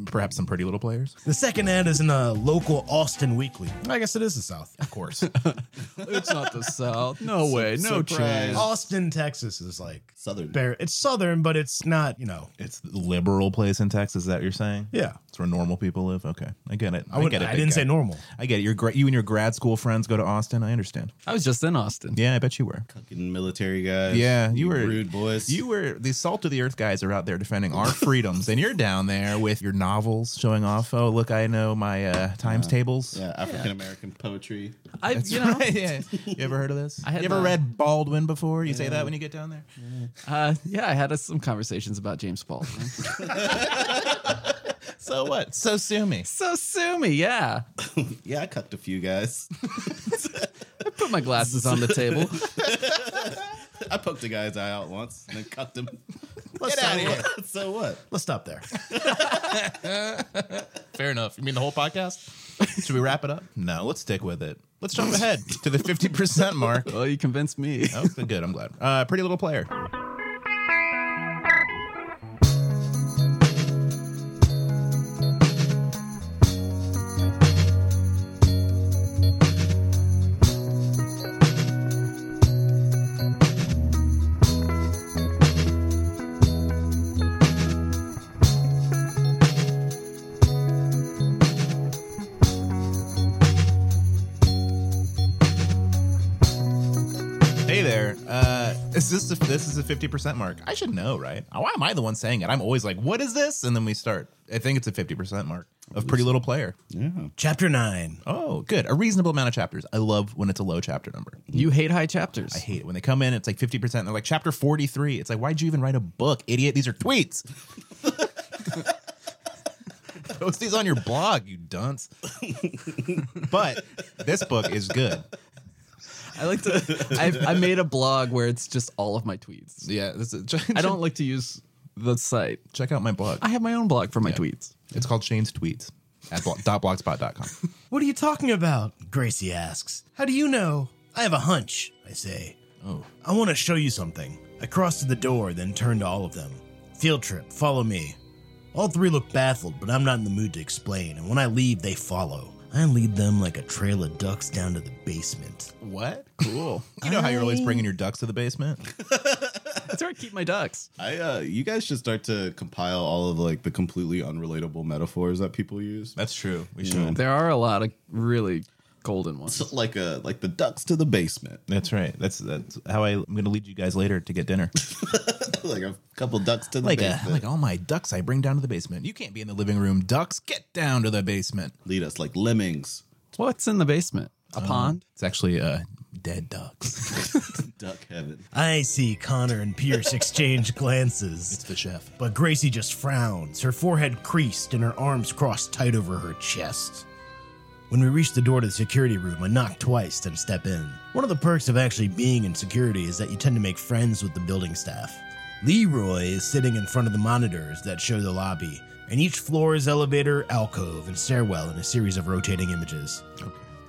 Speaker 1: Perhaps some pretty little players.
Speaker 4: The second ad is in a local Austin Weekly. I guess it is the South.
Speaker 1: Of course.
Speaker 2: It's not the South. No way. No
Speaker 3: Surprise.
Speaker 2: chance.
Speaker 4: Austin, Texas is like
Speaker 3: Southern.
Speaker 4: bare- It's Southern, but it's not, you know.
Speaker 1: it's the liberal place in Texas. Is that what you're saying?
Speaker 4: Yeah.
Speaker 1: It's where normal people live. Okay. I get it.
Speaker 4: I,
Speaker 1: I,
Speaker 4: would,
Speaker 1: get it.
Speaker 4: I
Speaker 1: big
Speaker 4: didn't
Speaker 1: guy.
Speaker 4: say normal.
Speaker 1: I get it. Your gra- you and your grad school friends go to Austin. I understand.
Speaker 2: I was just in Austin.
Speaker 1: Yeah, I bet you were.
Speaker 3: Fucking military guys.
Speaker 1: Yeah, you were
Speaker 3: rude boys.
Speaker 1: You were the salt of the earth guys are out there defending our freedoms, and you're down there with your novels showing off. Oh, look, I know my uh, times tables.
Speaker 3: yeah, African American poetry.
Speaker 2: I, you know,
Speaker 1: yeah. You ever heard of this?
Speaker 2: had
Speaker 1: you ever
Speaker 2: my-
Speaker 1: read Baldwin before? You say that when you get down there?
Speaker 2: uh, yeah, I had uh, some conversations about James Baldwin.
Speaker 1: So what? So sue me.
Speaker 2: so sue me, yeah.
Speaker 3: Yeah, I cucked a few guys.
Speaker 2: Put my glasses on the table.
Speaker 3: I poked a guy's eye out once and then cucked him.
Speaker 4: Let's
Speaker 1: Get
Speaker 4: stop,
Speaker 1: outta here.
Speaker 3: so what?
Speaker 4: let's stop there.
Speaker 1: Fair enough. You mean the whole podcast? Should we wrap it up? No, let's stick with it. Let's jump ahead to the 50% mark.
Speaker 2: Well, you convinced me.
Speaker 1: Oh, good. I'm glad. Uh, pretty little player. Hey there. Uh, Is this a, this is a fifty percent mark? I should know, right? Why am I the one saying it? I'm always like, what is this? And then we start. I think it's a fifty percent mark of Pretty Little Player.
Speaker 4: Chapter 9.
Speaker 1: Oh, good. A reasonable amount of chapters. I love when it's a low chapter number.
Speaker 2: You hate high chapters.
Speaker 1: I hate it when they come in. It's like fifty percent. They're like chapter forty three. It's like, why'd you even write a book, idiot? These are tweets. Post these on your blog, you dunce. but this book is good.
Speaker 2: I like to. I've, I made a blog where it's just all of my tweets.
Speaker 1: Yeah, this is,
Speaker 2: I don't like to use the site.
Speaker 1: check out my blog.
Speaker 2: I have my own blog for my tweets.
Speaker 1: It's called Shane's Tweets at blo- dot blogspot.com.
Speaker 4: What are you talking about? Gracie asks. How do you know? I have a hunch, I say. Oh. I want to show you something. I cross to the door, then turn to all of them. Field trip, follow me. All three look baffled, but I'm not in the mood to explain, and when I leave, they follow. I lead them like a trail of ducks down to the basement.
Speaker 1: What? Cool. You know how you're always bringing your ducks to the basement?
Speaker 2: That's where I keep my ducks.
Speaker 3: I uh, you guys should start to compile all of like the completely unrelatable metaphors that people use.
Speaker 1: That's true. We should.
Speaker 2: There are a lot of really golden ones.
Speaker 3: So, like a like the ducks to the basement.
Speaker 1: That's right. That's that's how I, am going to lead you guys later to get dinner.
Speaker 3: like a couple ducks to the
Speaker 1: Like a,
Speaker 3: basement.
Speaker 1: like all my ducks I bring down to the basement. You can't be in the living room. Ducks, get down to the basement.
Speaker 3: Lead us like lemmings.
Speaker 2: What's in the basement? A pond?
Speaker 1: It's actually uh dead ducks.
Speaker 3: Duck heaven.
Speaker 4: I see Connor and Pierce exchange glances,
Speaker 1: the chef.
Speaker 4: but Gracie just frowns, her forehead creased and her arms crossed tight over her chest. When we reach the door to the security room, I knock twice, then step in. One of the perks of actually being in security is that you tend to make friends with the building staff. Leroy is sitting in front of the monitors that show the lobby, and each floor is elevator, alcove, and stairwell in a series of rotating images.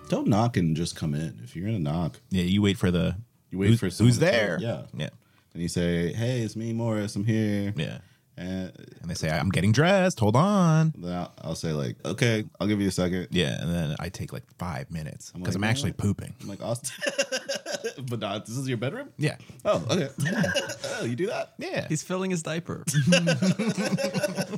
Speaker 3: Don't knock and just come in. If you're gonna knock
Speaker 1: Yeah, you wait for the
Speaker 3: You wait
Speaker 1: who's-
Speaker 3: for someone
Speaker 1: who's
Speaker 3: to come.
Speaker 1: there.
Speaker 3: Yeah.
Speaker 1: Yeah.
Speaker 3: and you say, "Hey, it's me, Morris. I'm here."
Speaker 1: Yeah.
Speaker 3: And
Speaker 1: And they say I'm getting dressed. Hold on.
Speaker 3: then I'll, I'll say like, "Okay, I'll give you a second.
Speaker 1: Yeah, and then I take like 5 minutes
Speaker 3: I'm
Speaker 1: cuz
Speaker 3: like,
Speaker 1: I'm actually
Speaker 3: "What?"
Speaker 1: pooping.
Speaker 3: I'm like, "Austin, but not. This is your bedroom."
Speaker 1: Yeah.
Speaker 3: Oh, okay. oh, you do that?
Speaker 1: Yeah.
Speaker 2: He's filling his diaper.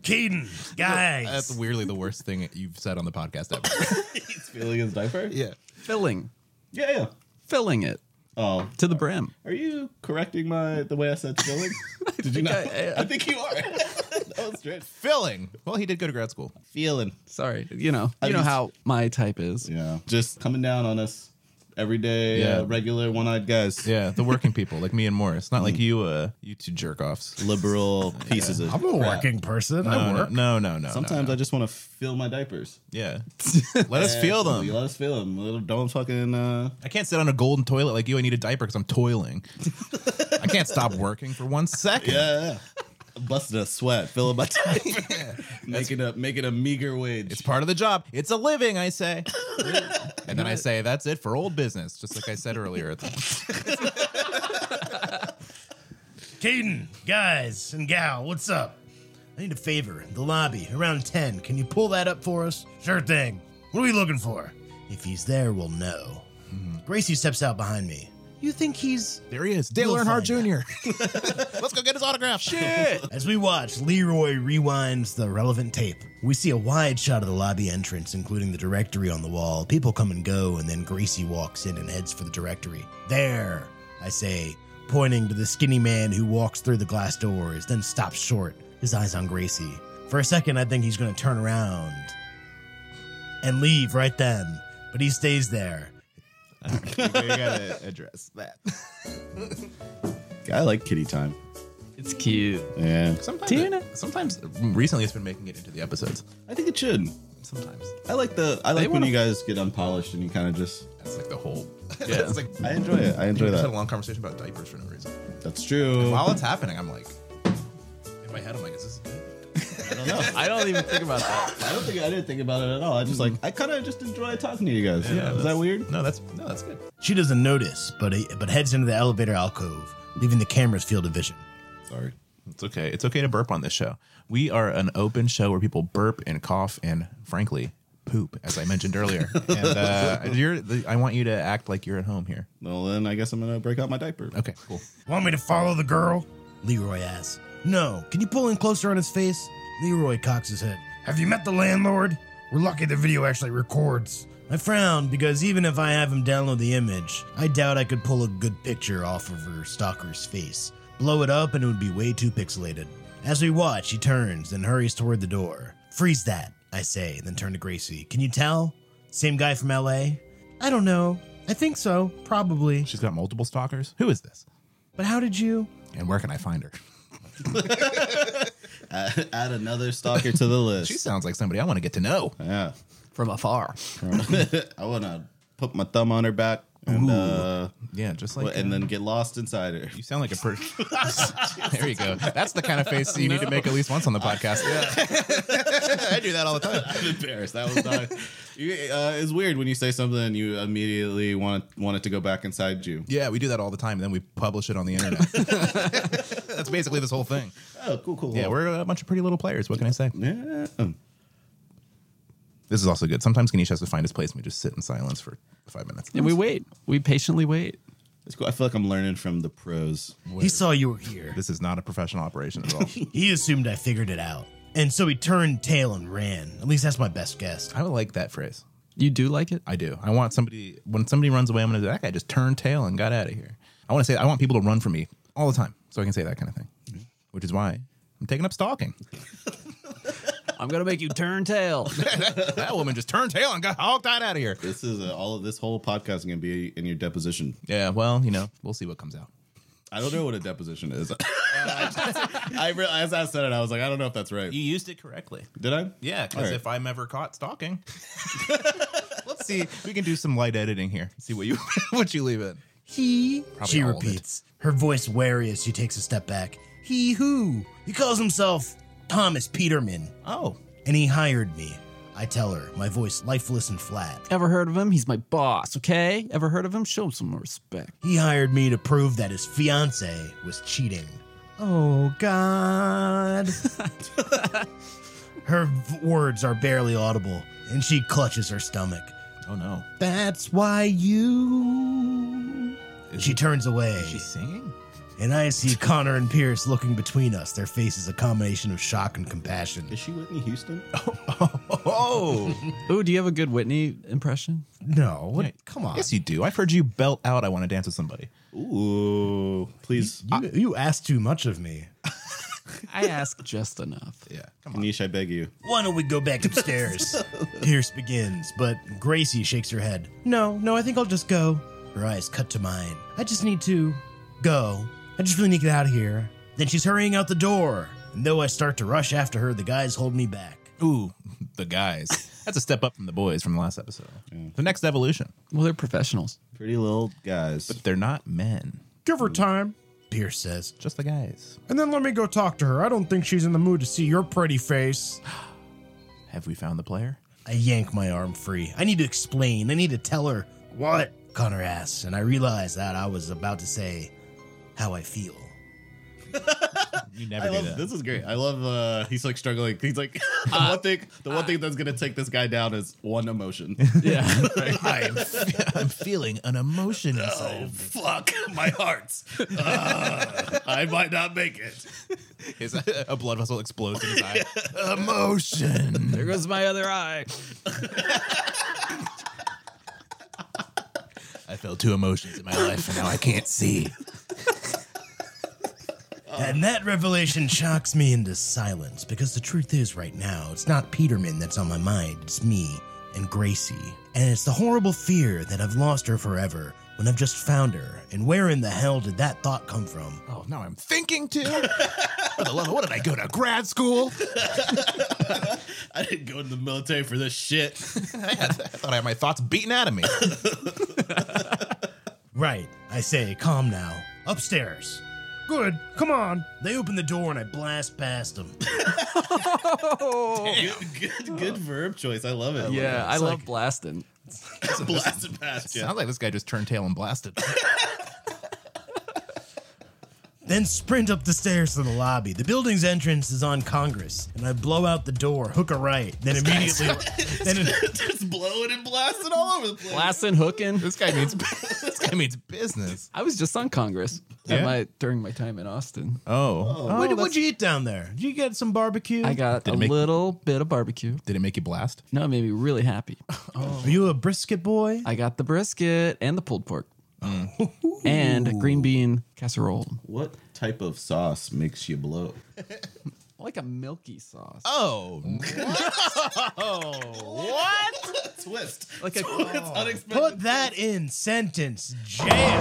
Speaker 4: Caden, guys!
Speaker 1: That's weirdly the worst thing you've said on the podcast ever.
Speaker 3: He's feeling his diaper. Yeah.
Speaker 2: filling.
Speaker 3: Yeah. Yeah.
Speaker 2: Filling it
Speaker 3: Oh,
Speaker 2: to the brim.
Speaker 3: Are you correcting my the way I said filling? Did you
Speaker 2: think
Speaker 3: not?
Speaker 2: I-
Speaker 3: I,
Speaker 2: I-
Speaker 3: think you are. that was great.
Speaker 1: Filling. Well, he did go to grad school.
Speaker 3: Feeling.
Speaker 2: Sorry. You know, you know
Speaker 3: least-
Speaker 2: how my type is.
Speaker 3: Yeah. Just coming down on us everyday
Speaker 1: Yeah.
Speaker 3: uh, regular one-eyed guys.
Speaker 1: Yeah, the working people like me and Morris, not like you, uh, you two jerk offs.
Speaker 3: Liberal pieces of
Speaker 4: I'm a
Speaker 3: crap.
Speaker 4: working person. I
Speaker 1: No, no,
Speaker 4: work.
Speaker 1: no, no, no.
Speaker 3: Sometimes
Speaker 1: no,
Speaker 3: I just want to fill my diapers.
Speaker 1: yeah. Let us feel
Speaker 3: You
Speaker 1: them.
Speaker 3: Let us feel them. Don't fucking. Uh,
Speaker 1: I can't sit on a golden toilet like you. I need a diaper because I'm toiling. I can't stop working for one second.
Speaker 3: yeah. yeah. Busting a sweat, filling my diaper, making a making a meager wage.
Speaker 1: It's part of the job. It's a living, I say. and then I say, that's it for old business, just like I said earlier.
Speaker 4: Caden, guys, and gal, what's up? I need a favor. The lobby, around 10. Can you pull that up for us? Sure thing. What are we looking for? If he's there, we'll know. Hmm. Gracie steps out behind me. You think he's.
Speaker 1: There he is, Dale
Speaker 4: We'll
Speaker 1: Earnhardt
Speaker 4: find
Speaker 1: Jr. Let's go get his autograph. Shit.
Speaker 4: As we watch, Leroy rewinds the relevant tape. We see a wide shot of the lobby entrance, including the directory on the wall. People come and go, and then Gracie walks in and heads for the directory. There, I say, pointing to the skinny man who walks through the glass doors, then stops short, his eyes on Gracie. For a second, I think he's going to turn around and leave right then, but he stays there.
Speaker 1: we gotta address that.
Speaker 3: I like kitty time.
Speaker 2: It's cute.
Speaker 3: Yeah,
Speaker 1: Sometimes,
Speaker 2: Tina.
Speaker 1: it- sometimes recently it's been making it into the episodes.
Speaker 3: I think it should.
Speaker 1: Sometimes
Speaker 3: I like the. I like when
Speaker 2: wanna-
Speaker 3: you guys get unpolished and you kind of just.
Speaker 1: that's like the whole. Yeah, it's like
Speaker 3: I enjoy it. I enjoy
Speaker 1: we just had a
Speaker 3: that.
Speaker 1: long conversation about diapers for no reason.
Speaker 3: That's true.
Speaker 1: While it's happening, I'm like, in my head, I'm like, is this? a diaper?
Speaker 3: I don't know.
Speaker 2: I don't even think about that.
Speaker 3: I don't think I didn't think about it at all. I just like I kind of just enjoy talking to you guys. Yeah, is that
Speaker 1: that's-
Speaker 3: weird?
Speaker 1: No, that's no, that's good.
Speaker 4: She doesn't notice, but, but heads into the elevator alcove, leaving the camera's field of vision.
Speaker 3: Sorry.
Speaker 1: It's okay. It's okay to burp on this show. We are an open show where people burp and cough and, frankly, poop, as I mentioned earlier. and uh, you're, the, I want you to act like you're at home here.
Speaker 3: Well, then I guess I'm gonna break out my diaper.
Speaker 1: Okay, cool.
Speaker 4: Want me to follow the girl? Leroy asks. No. Can you pull in closer on his face? Leroy cocks his head. Have you met the landlord? We're lucky the video actually records. I frown because even if I have him download the image, I doubt I could pull a good picture off of her stalker's face. Blow it up and it would be way too pixelated. As we watch, he turns and hurries toward the door. Freeze that, I say, then turn to Gracie. Can you tell? Same guy from LA? I don't know. I think so, probably.
Speaker 1: She's got multiple stalkers. Who is this?
Speaker 4: But how did you?
Speaker 1: And where can I find her?
Speaker 3: Add, add another stalker to the list.
Speaker 1: She sounds like somebody I want to get to know.
Speaker 3: yeah.
Speaker 2: from afar.
Speaker 3: I want to put my thumb on her back and uh,
Speaker 1: Yeah, just like
Speaker 3: wh- and then get lost inside her.
Speaker 1: You sound like a per. there you go. That's the kind of face you need to make at least once on the podcast. I do that all the time.
Speaker 3: I'm embarrassed. That was not. you, uh, it's weird when you say something and you immediately want want it to go back inside you.
Speaker 1: Yeah, we do that all the time. And then we publish it on the internet. That's basically this whole thing.
Speaker 3: Oh, cool, cool.
Speaker 1: Yeah, we're a bunch of pretty little players. What can I say?
Speaker 3: yeah.
Speaker 1: This is also good. Sometimes Ganesh has to find his place and we just sit in silence for five minutes.
Speaker 2: And we wait. We patiently wait.
Speaker 3: It's cool. I feel like I'm learning from the pros.
Speaker 4: He saw you were here.
Speaker 1: This is not a professional operation at all.
Speaker 4: He assumed I figured it out. And so he turned tail and ran. At least that's my best guess.
Speaker 1: I would like that phrase.
Speaker 2: You do like it?
Speaker 1: I do. I want somebody when somebody runs away, I'm gonna say that guy just turned tail and got out of here. I want to say I want people to run from me all the time, so I can say that kind of thing,
Speaker 3: Mm-hmm.
Speaker 1: which is why I'm taking up stalking.
Speaker 2: I'm gonna make you turn tail.
Speaker 1: that woman just turned tail and got all tied out of here.
Speaker 3: This is uh all of this whole podcast is gonna be in your deposition.
Speaker 1: Yeah, well, you know, we'll see what comes out.
Speaker 3: I don't know what a deposition is. I re- as I said it, I was like, I don't know if that's right.
Speaker 1: used it correctly.
Speaker 3: Did I?
Speaker 1: Yeah,
Speaker 3: All
Speaker 1: because
Speaker 3: right.
Speaker 1: if I'm ever caught stalking, let's see. We can do some light editing here. See what you what you leave in.
Speaker 4: He, she
Speaker 1: all of it.
Speaker 4: repeats, her voice wary as she takes a step back. He who? He calls himself Thomas Peterman,
Speaker 1: Oh,
Speaker 4: and he hired me. I tell her, my voice lifeless and flat.
Speaker 2: Ever heard of him? He's my boss, okay? Ever heard of him? Show him some respect.
Speaker 4: He hired me to prove that his fiance was cheating. Oh, God. her v- words are barely audible, and she clutches her stomach.
Speaker 1: oh no,
Speaker 4: That's why you.
Speaker 1: Is
Speaker 4: she turns away,
Speaker 1: she's singing.
Speaker 4: and I see Connor and Pierce looking between us, their faces a combination of shock and compassion.
Speaker 3: Is she Whitney Houston?
Speaker 1: Oh,
Speaker 2: Ooh, do you have a good Whitney impression?
Speaker 4: No, what- come on.
Speaker 1: yes, you do. I've heard you belt out. I want to dance with somebody.
Speaker 3: Ooh, please,
Speaker 4: you, you asked too much of me.
Speaker 2: I ask just enough.
Speaker 1: Yeah, come on.
Speaker 3: Niche, I beg you.
Speaker 4: Why don't we go back upstairs? Pierce begins, but Gracie shakes her head. No, no, I think I'll just go. Her eyes cut to mine. I just need to go. I just really need to get out of here. Then she's hurrying out the door. And though I start to rush after her, the guys hold me back.
Speaker 1: Ooh, the guys. That's a step up from the boys from the last episode. The next evolution.
Speaker 2: Well, they're professionals.
Speaker 3: Pretty little guys.
Speaker 1: They're not men,
Speaker 4: Give her time, Pierce says.
Speaker 1: just the guys.
Speaker 4: And then let me go talk to her. I don't think she's in the mood to see your pretty face.
Speaker 1: Have we found the player?
Speaker 4: I yank my arm free. I need to explain. I need to tell her. What? Connor asks, and I realize that I was about to say how I feel.
Speaker 1: You never
Speaker 3: I
Speaker 1: do
Speaker 3: love
Speaker 1: that.
Speaker 3: this is great. I love uh he's like struggling. He's like the
Speaker 2: Uh,
Speaker 3: one thing the one thing that's gonna take this guy down is one emotion.
Speaker 2: Yeah.
Speaker 1: I'm, I'm feeling an emotion
Speaker 2: Oh,
Speaker 1: inside. of me.
Speaker 3: Fuck my heart. Uh, I might not make it.
Speaker 1: His, a blood vessel explodes in his eye. emotion.
Speaker 2: there goes my other eye.
Speaker 1: I felt two emotions in my life, and now I can't see.
Speaker 4: And that revelation shocks me into silence because the truth is, right now, it's not Peterman that's on my mind, it's me and Gracie. And it's the horrible fear that I've lost her forever when I've just found her. And where in the hell did that thought come from?
Speaker 1: Oh, now I'm thinking too. For the love of what did I go to grad school?
Speaker 3: I didn't go in the military for this shit.
Speaker 1: I, had, I thought I had my thoughts beaten out of me.
Speaker 4: Right, I say, calm now. Upstairs. Good, come on. They open the door and I blast past them.
Speaker 3: Good, good, good verb choice. I love it.
Speaker 2: Yeah, I love blasting.
Speaker 3: blast it past you.
Speaker 1: Sounds like this guy just turned tail and blasted.
Speaker 4: then sprint up the stairs to the lobby. The building's entrance is on Congress, and I blow out the door, hook a right, then immediately. then
Speaker 3: Just blowing and blasting all over the place.
Speaker 2: Blasting, hooking.
Speaker 1: This guy means this guy means business.
Speaker 2: I was just on Congress
Speaker 1: Yeah?
Speaker 2: at my, during my time in Austin.
Speaker 1: Oh,
Speaker 4: what, what'd you eat down there? Did you get some barbecue?
Speaker 2: I got
Speaker 1: Did it
Speaker 2: a
Speaker 1: make-
Speaker 2: little bit of barbecue.
Speaker 1: did it make you blast?
Speaker 2: No, it made me really happy.
Speaker 4: Are you a brisket boy?
Speaker 2: I got the brisket and the pulled pork Mm. and a green bean casserole.
Speaker 3: What type of sauce makes you blow?
Speaker 2: Like a milky sauce.
Speaker 1: Oh,
Speaker 3: Twist.
Speaker 2: Like a
Speaker 4: Put that in sentence. Jam.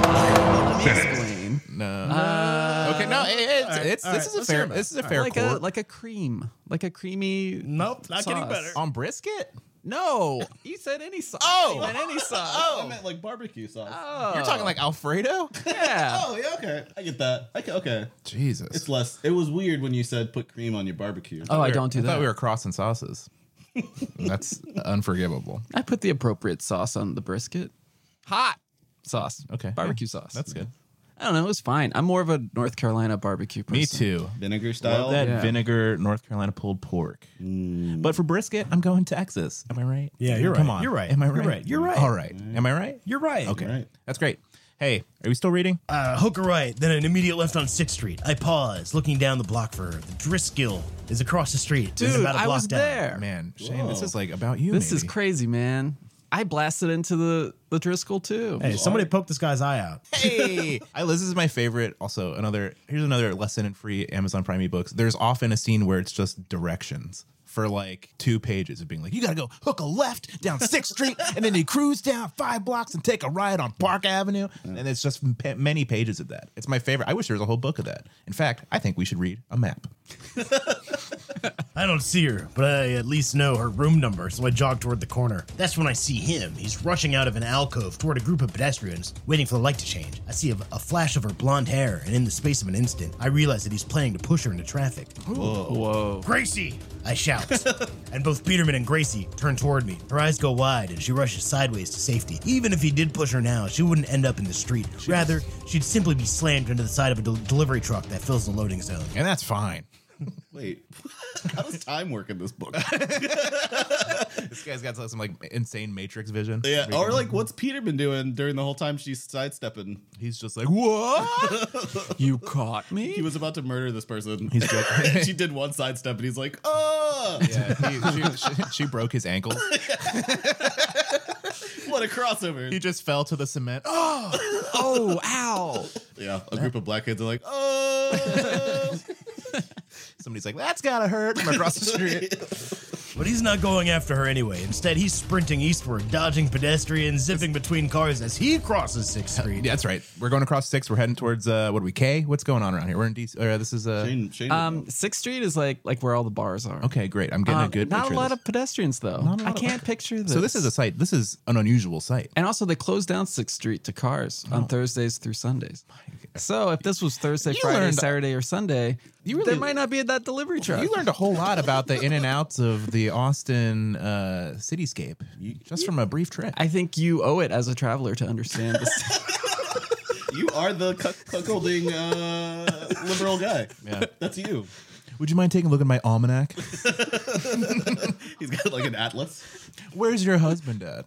Speaker 2: explain.
Speaker 1: no. okay, no. it- it's, it's this is a fair this is a fair
Speaker 2: Like a
Speaker 1: court.
Speaker 2: like a cream. Like a creamy
Speaker 4: Nope, not getting
Speaker 2: Sauce.
Speaker 4: better.
Speaker 1: on brisket.
Speaker 2: No. You said any sauce.
Speaker 1: Oh.
Speaker 2: You meant any sauce.
Speaker 3: Oh, I meant like barbecue sauce.
Speaker 2: Oh.
Speaker 1: You're talking like Alfredo.
Speaker 2: Yeah.
Speaker 3: Oh, yeah, okay. I get that. I ca- okay. It's
Speaker 1: Jesus.
Speaker 3: less. It was weird when you said put cream on your barbecue.
Speaker 2: Oh, I don't do
Speaker 1: I thought
Speaker 2: that.
Speaker 1: we were crossing sauces. That's unforgivable.
Speaker 2: I put the appropriate sauce on the brisket. Hot sauce.
Speaker 1: Okay,
Speaker 2: Barbecue
Speaker 1: yeah,
Speaker 2: sauce.
Speaker 1: That's good.
Speaker 2: I don't know. It was fine. I'm more of a North Carolina barbecue person.
Speaker 1: Me too.
Speaker 3: Vinegar
Speaker 1: Love
Speaker 3: style.
Speaker 1: that
Speaker 2: Yeah.
Speaker 1: vinegar North Carolina pulled pork. But for brisket, I'm going Texas. Am I right?
Speaker 4: Yeah, you're
Speaker 1: Come
Speaker 4: right.
Speaker 1: On.
Speaker 4: You're right.
Speaker 1: Am I
Speaker 4: You're
Speaker 1: right?
Speaker 4: right. You're right.
Speaker 1: All right. Am I right?
Speaker 4: You're right.
Speaker 1: Okay.
Speaker 3: Right.
Speaker 1: That's great. Hey, are we still reading?
Speaker 4: Uh, hook a right, then an immediate left on 6th Street. I pause, looking down the block for her. The Driscoll is across the street. It's
Speaker 2: Dude,
Speaker 4: about a
Speaker 2: I
Speaker 4: block
Speaker 2: was
Speaker 4: down.
Speaker 2: there.
Speaker 1: Man, Shane, this is like about you.
Speaker 2: This is
Speaker 1: maybe.
Speaker 2: crazy, man. I blasted into the, the Driscoll too.
Speaker 4: Hey, somebody poked this guy's eye out.
Speaker 1: hey, I, this is my favorite. Also, another here's another lesson in free Amazon Prime ebooks. There's often a scene where it's just directions for like two pages of being like, you gotta go hook a left down Sixth Street, and then you cruise down five blocks and take a ride on Park Avenue, and it's just pa- many pages of that. It's my favorite. I wish there was a whole book of that. In fact, I think we should read a map.
Speaker 4: I don't see her, but I at least know her room number, so I jog toward the corner. That's when I see him. He's rushing out of an alcove toward a group of pedestrians, waiting for the light to change. I see a, a flash of her blonde hair, and in the space of an instant, I realize that he's planning to push her into traffic.
Speaker 2: Whoa.
Speaker 4: Gracie! I shout. and both Peterman and Gracie turn toward me. Her eyes go wide and she rushes sideways to safety. Even if he did push her now, she wouldn't end up in the street. Rather, she'd simply be slammed into the side of a del- delivery truck that fills the loading zone.
Speaker 1: And that's fine.
Speaker 3: Wait. How does time work in this book?
Speaker 1: This guy's got some like insane Matrix vision.
Speaker 3: yeah. Or like, what's Peter been doing during the whole time she's sidestepping?
Speaker 1: he's just like, what?
Speaker 2: You caught me?
Speaker 3: He was about to murder this person.
Speaker 1: He's joking.
Speaker 3: she did one sidestep, and he's like, "Oh,
Speaker 1: yeah, he, she, she, she broke his ankle.
Speaker 3: what a crossover!"
Speaker 1: He just fell to the cement. Oh,
Speaker 2: oh, ow.
Speaker 3: yeah, a group of black kids are like, "Oh."
Speaker 1: Somebody's like, that's gotta hurt from across the street.
Speaker 4: But he's not going after her anyway. Instead, he's sprinting eastward, dodging pedestrians, zipping between cars as he crosses 6th Street.
Speaker 1: yeah, that's right. We're going across six. We're heading towards uh, what are we? K? What's going on around here? We're in DC. Uh, this is uh,
Speaker 3: Shane, Shane
Speaker 2: Um, Sixth Street is like like where all the bars are.
Speaker 1: okay. Great. I'm getting
Speaker 2: Um,
Speaker 1: Uh, a good.
Speaker 2: Not
Speaker 1: picture
Speaker 2: a lot
Speaker 1: this.
Speaker 2: of pedestrians though.
Speaker 1: a lot
Speaker 2: I
Speaker 1: of-
Speaker 2: can't picture this.
Speaker 1: So this is a site. This is an unusual site.
Speaker 2: and also they closed down Sixth Street to cars
Speaker 1: Oh.
Speaker 2: on Thursdays through Sundays. So if this was Thursday,
Speaker 1: You
Speaker 2: Friday,
Speaker 1: learned-
Speaker 2: Saturday, or Sunday,
Speaker 1: You really-
Speaker 2: there might not be that delivery truck.
Speaker 1: You learned a whole lot about the in and outs of the Austin uh, cityscape just from a brief trip.
Speaker 2: I think you owe it as a traveler to understand this.
Speaker 3: you are the cuck- cuckolding uh, liberal guy.
Speaker 1: Yeah.
Speaker 3: that's you.
Speaker 1: Would you mind taking a look at my almanac?
Speaker 3: He's got like an atlas.
Speaker 1: Where's your husband at?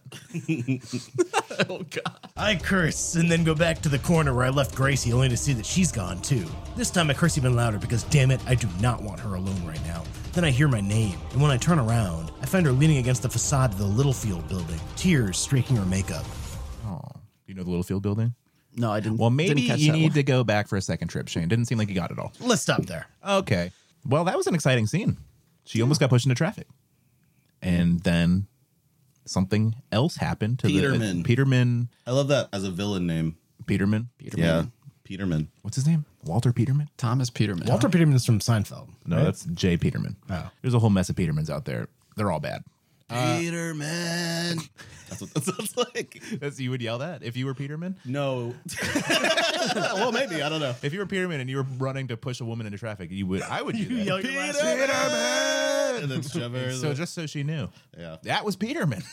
Speaker 4: I curse and then go back to the corner where I left Gracie, only to see that she's gone too. This time I curse even louder because, damn it, I do not want her alone right now. Then I hear my name, and when I turn around, I find her leaning against the facade of the Littlefield building, tears streaking her makeup.
Speaker 1: Oh, you know the Littlefield building.
Speaker 2: no, I didn't.
Speaker 1: Well, maybe
Speaker 2: didn't catch
Speaker 1: you
Speaker 2: that
Speaker 1: need
Speaker 2: one.
Speaker 1: to go back for a second trip, Shane. Didn't seem like you got it all.
Speaker 4: Let's stop there.
Speaker 1: Okay. Well, that was an exciting scene. She almost got pushed into traffic. And then something else happened to the
Speaker 3: Peterman.
Speaker 1: Peterman.
Speaker 3: I love that as a villain name.
Speaker 1: Peterman.
Speaker 2: Peterman.
Speaker 3: Peterman.
Speaker 1: What's his name? Walter Peterman?
Speaker 2: Thomas Peterman.
Speaker 4: Walter Peterman is from Seinfeld.
Speaker 1: No, that's Jay Peterman.
Speaker 4: Oh.
Speaker 1: There's a whole mess of Petermans out there. They're all bad.
Speaker 3: Peterman. Uh, That's what that sounds like.
Speaker 1: That's, you would yell that if you were Peterman?
Speaker 3: No. well, maybe I don't know.
Speaker 1: If you were Peterman and you were running to push a woman into traffic, you would I would do that.
Speaker 4: yell your last name.
Speaker 1: Peterman! good.
Speaker 3: and then shove her.
Speaker 1: so just so she knew,
Speaker 3: yeah.
Speaker 1: that was Peterman,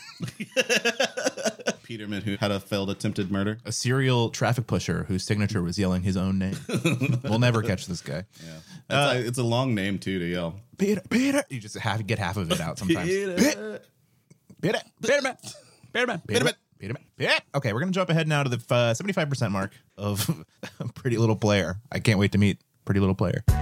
Speaker 3: Peterman, who had a failed attempted murder.
Speaker 1: a serial traffic pusher whose signature was yelling his own name. we'll never catch this guy.
Speaker 3: Yeah. It's, like- it's a long name too to yell.
Speaker 1: Peter, Peter. You just have get half of it out sometimes. Peter, Peter,
Speaker 2: Bitterman. Bitterman.
Speaker 1: Peterman. Peterman. Peter. Okay, we're gonna jump ahead now to the uh, 75% mark of Pretty Little Player. I can't wait to meet Pretty Little Player.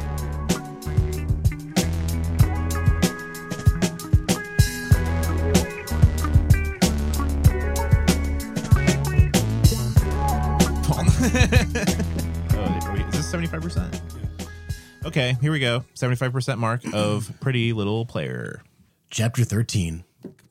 Speaker 1: oh, wait, is this 75%? Okay, here we go. 75% mark of Pretty Little Player.
Speaker 4: Chapter 13.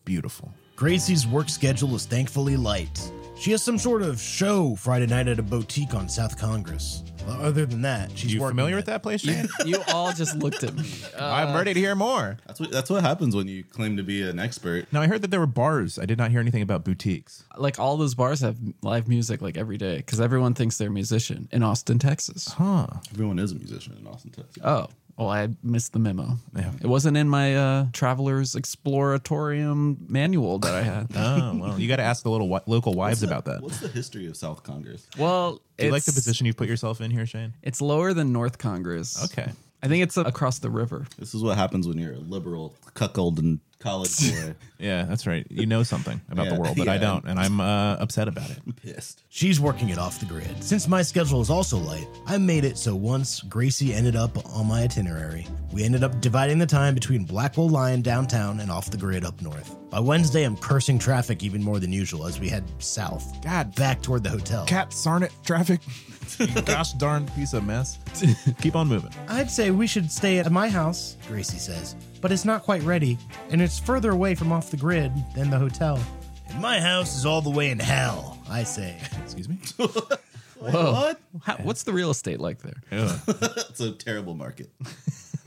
Speaker 1: Beautiful.
Speaker 4: Gracie's work schedule is thankfully light. She has some sort of show Friday night at a boutique on South Congress. Well, other than that, she's
Speaker 1: You
Speaker 4: working
Speaker 1: familiar with that place, Shane?
Speaker 2: You all just looked at me. Uh,
Speaker 1: I'm ready to hear more.
Speaker 3: That's what that's what happens when you claim to be an expert.
Speaker 1: Now I heard that there were bars. I did not hear anything about boutiques.
Speaker 2: like all those bars have live music like every day because everyone thinks they're a musician in Austin, Texas.
Speaker 1: Huh.
Speaker 3: Everyone is a musician in Austin, Texas.
Speaker 2: Oh, well, I missed the memo. It wasn't in my uh, traveler's exploratorium manual that I had.
Speaker 1: Oh well, you got to ask the little wi- local wives about that. Do
Speaker 3: What's the history of South Congress?
Speaker 2: well,
Speaker 1: you like the
Speaker 2: it's-
Speaker 1: position you've put yourself in here, Shane?
Speaker 2: It's lower than North Congress.
Speaker 1: Okay.
Speaker 2: I think it's uh, across the river.
Speaker 3: This is what happens when you're a liberal cuckold and college boy.
Speaker 1: Yeah, that's right. You know something about the
Speaker 3: Yeah,
Speaker 1: world, but I
Speaker 3: yeah.
Speaker 1: don't, and I'm uh, upset about it.
Speaker 3: I'm pissed.
Speaker 4: She's working it off the grid. Since my schedule is also light, I made it so once Gracie ended up on my itinerary. We ended up dividing the time between Blackwell Lion downtown and off the grid up north. By Wednesday, I'm cursing traffic even more than usual as we head south.
Speaker 1: God.
Speaker 4: back toward the hotel.
Speaker 1: Cat Sarnet traffic. Gosh darn piece of mess. Keep on moving.
Speaker 4: I'd say we should stay at my house, Gracie says, but it's not quite ready, and it's further away from off the grid than the hotel. And my house is all the way in hell, I say.
Speaker 1: Excuse me.
Speaker 2: Whoa. How, what's the real estate like there?
Speaker 3: That's a terrible market.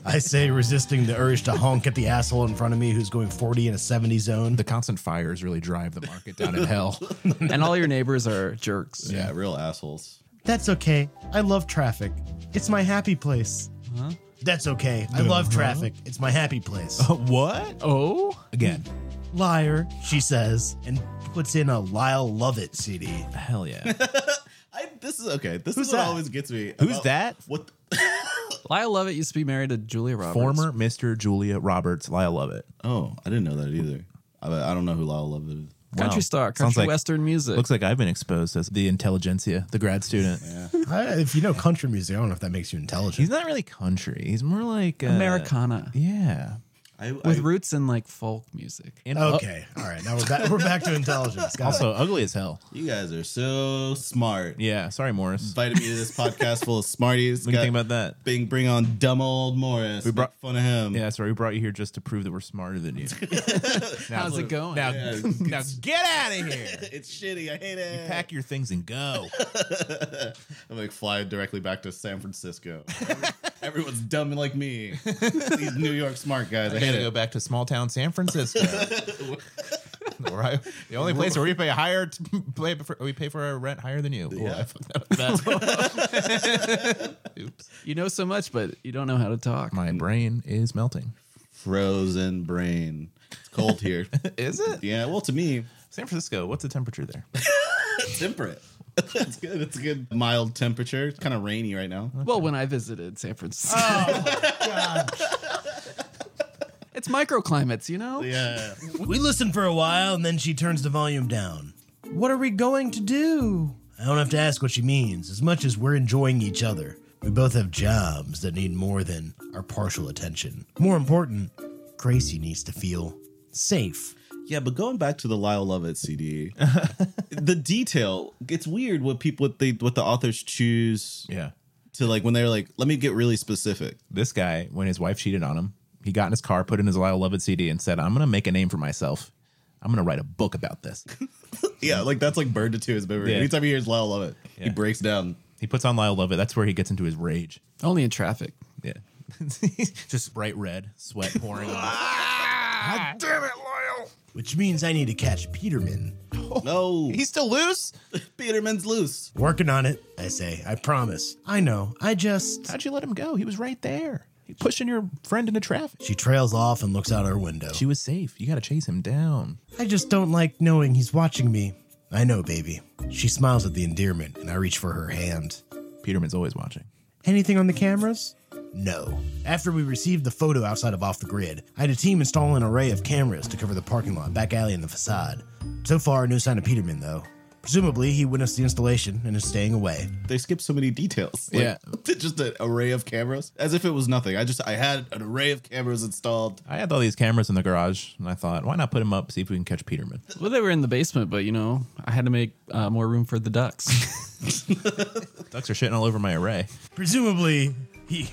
Speaker 4: I say, resisting the urge to honk at the asshole in front of me who's going 40 in a 70 zone.
Speaker 1: The constant fires really drive the market down in hell.
Speaker 2: and all your neighbors are jerks.
Speaker 3: Yeah, real assholes.
Speaker 4: That's okay. I love traffic. It's my happy place. Uh-huh. That's okay. I love traffic. It's my happy place.
Speaker 1: what?
Speaker 2: Oh,
Speaker 1: Again.
Speaker 4: Liar, she says, and puts in a Lyle Lovett CD.
Speaker 1: Hell yeah.
Speaker 3: I, this is okay. This
Speaker 4: Who's
Speaker 3: is what
Speaker 4: that?
Speaker 3: always gets me.
Speaker 1: Who's
Speaker 3: about-
Speaker 1: that?
Speaker 3: What? the-
Speaker 2: Lyle Lovett used to be married to Julia Roberts.
Speaker 1: Former Mr. Julia Roberts. I love it.
Speaker 3: Oh, I didn't know that either. I, I don't know who Lyle Lovett is.
Speaker 2: country
Speaker 1: Wow.
Speaker 2: star,
Speaker 1: Sounds
Speaker 2: country
Speaker 1: like-
Speaker 2: western music.
Speaker 1: Looks like I've been exposed as the intelligentsia, the grad student.
Speaker 4: I, if you know country music, I don't know if that makes you intelligent.
Speaker 1: He's not really country. He's more like uh,
Speaker 2: Americana
Speaker 1: Yeah.
Speaker 3: I,
Speaker 2: with
Speaker 3: I,
Speaker 2: roots in like folk music.
Speaker 3: Oh.
Speaker 1: And
Speaker 4: Okay. All right. Now we're back. We're back to intelligence. Got it.
Speaker 1: also ugly as hell.
Speaker 3: you guys are so smart.
Speaker 1: Yeah. Sorry, Morris.
Speaker 3: Invited me to this podcast full of smarties.
Speaker 1: What do you
Speaker 3: Got-
Speaker 1: think about that?
Speaker 3: Bing, bring on dumb old Morris. We
Speaker 1: brought-
Speaker 3: brought fun of him.
Speaker 1: Yeah, sorry. We brought you here just to prove that we're smarter than you. now,
Speaker 2: How's it going?
Speaker 1: Now,
Speaker 3: Yeah,
Speaker 1: now get out of here.
Speaker 3: it's shitty. I hate it.
Speaker 1: Pack your things and go.
Speaker 3: I'm like fly directly back to San Francisco. Every- Everyone's dumb like me. These New York smart guys. I,
Speaker 1: I
Speaker 3: hate
Speaker 1: gotta
Speaker 3: it.
Speaker 1: go back to small town San Francisco. Where I- the only place where we pay a higher t- pay for, we pay for our rent higher than you. Well, I fucked up that. Oops.
Speaker 2: You know so much, but you don't know how to talk.
Speaker 1: My brain is melting.
Speaker 3: Frozen brain. It's cold here.
Speaker 1: Is it?
Speaker 3: yeah. Well, to me,
Speaker 1: San Francisco, what's the temperature there?
Speaker 3: temperate. it's good. It's a good mild temperature. It's kind of rainy right now.
Speaker 2: Well, when I visited San Francisco. it's microclimates, you know?
Speaker 3: Yeah.
Speaker 4: We listen for a while, and then she turns the volume down. What are we going to do? I don't have to ask what she means, as much as we're enjoying each other. We both have jobs that need more than our partial attention. More important, Gracie needs to feel safe.
Speaker 3: Yeah, but going back to the Lyle Lovett CD, the detail. It's weird what people what they what the authors choose
Speaker 1: Yeah.
Speaker 3: to like when they're like, let me get really specific.
Speaker 1: this guy, when his wife cheated on him, he got in his car, put in his Lyle Lovett CD, and said, "I'm gonna make a name for myself. I'm gonna write a book about this."
Speaker 3: Yeah, like that's like burned into his memory.
Speaker 1: Yeah.
Speaker 3: Anytime he hears Lyle Lovett, he breaks down.
Speaker 1: he puts on Lyle Lovett. That's where he gets into his rage.
Speaker 2: Only in traffic.
Speaker 1: Yeah, just bright red, sweat pouring off.
Speaker 4: Which means I need to catch Peterman.
Speaker 3: No,
Speaker 1: Oh, He's still loose.
Speaker 3: Peterman's loose.
Speaker 4: Working on it, I say. I promise. I know. I just.
Speaker 1: How'd you let him go? He was right there. pushing your friend into traffic.
Speaker 4: She trails off and looks out her window.
Speaker 1: She was safe. You got to chase him down.
Speaker 4: I just don't like knowing he's watching me. I know, baby. She smiles at the endearment, and I reach for her hand.
Speaker 1: Peterman's always watching.
Speaker 4: Anything on the cameras? No. After we received the photo outside of Off the Grid, I had a team install an array of cameras to cover the parking lot, back alley, and the facade. So far, no sign of Peterman, though. Presumably, he witnessed the installation and is staying away.
Speaker 3: They skip so many details.
Speaker 1: Yeah.
Speaker 3: just an array of cameras, as if it was nothing. I just I had an array of cameras installed.
Speaker 1: I had all these cameras in the garage, and I thought, why not put him up, see if we can catch Peterman?
Speaker 2: Well, they were in the basement, but you know, I had to make uh, more room for the ducks.
Speaker 1: Ducks are shitting all over my array.
Speaker 4: Presumably, he.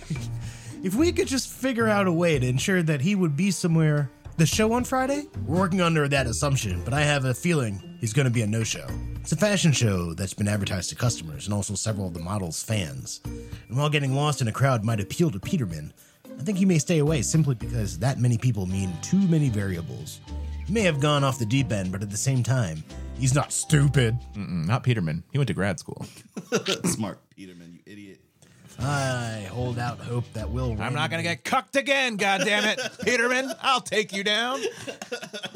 Speaker 4: if we could just figure out a way to ensure that he would be somewhere. The show on Friday? We're working under that assumption, but I have a feeling he's going to be a no show. It's a fashion show that's been advertised to customers and also several of the models' fans. And while getting lost in a crowd might appeal to Peterman, I think he may stay away simply because that many people mean too many variables. He may have gone off the deep end, but at the same time, he's not stupid.
Speaker 1: Mm, Not Peterman. He went to grad school.
Speaker 3: Smart Peterman, you idiot.
Speaker 4: I hold out hope that Will.
Speaker 1: I'm not gonna get cucked again, God damn it, Peterman! I'll take you down.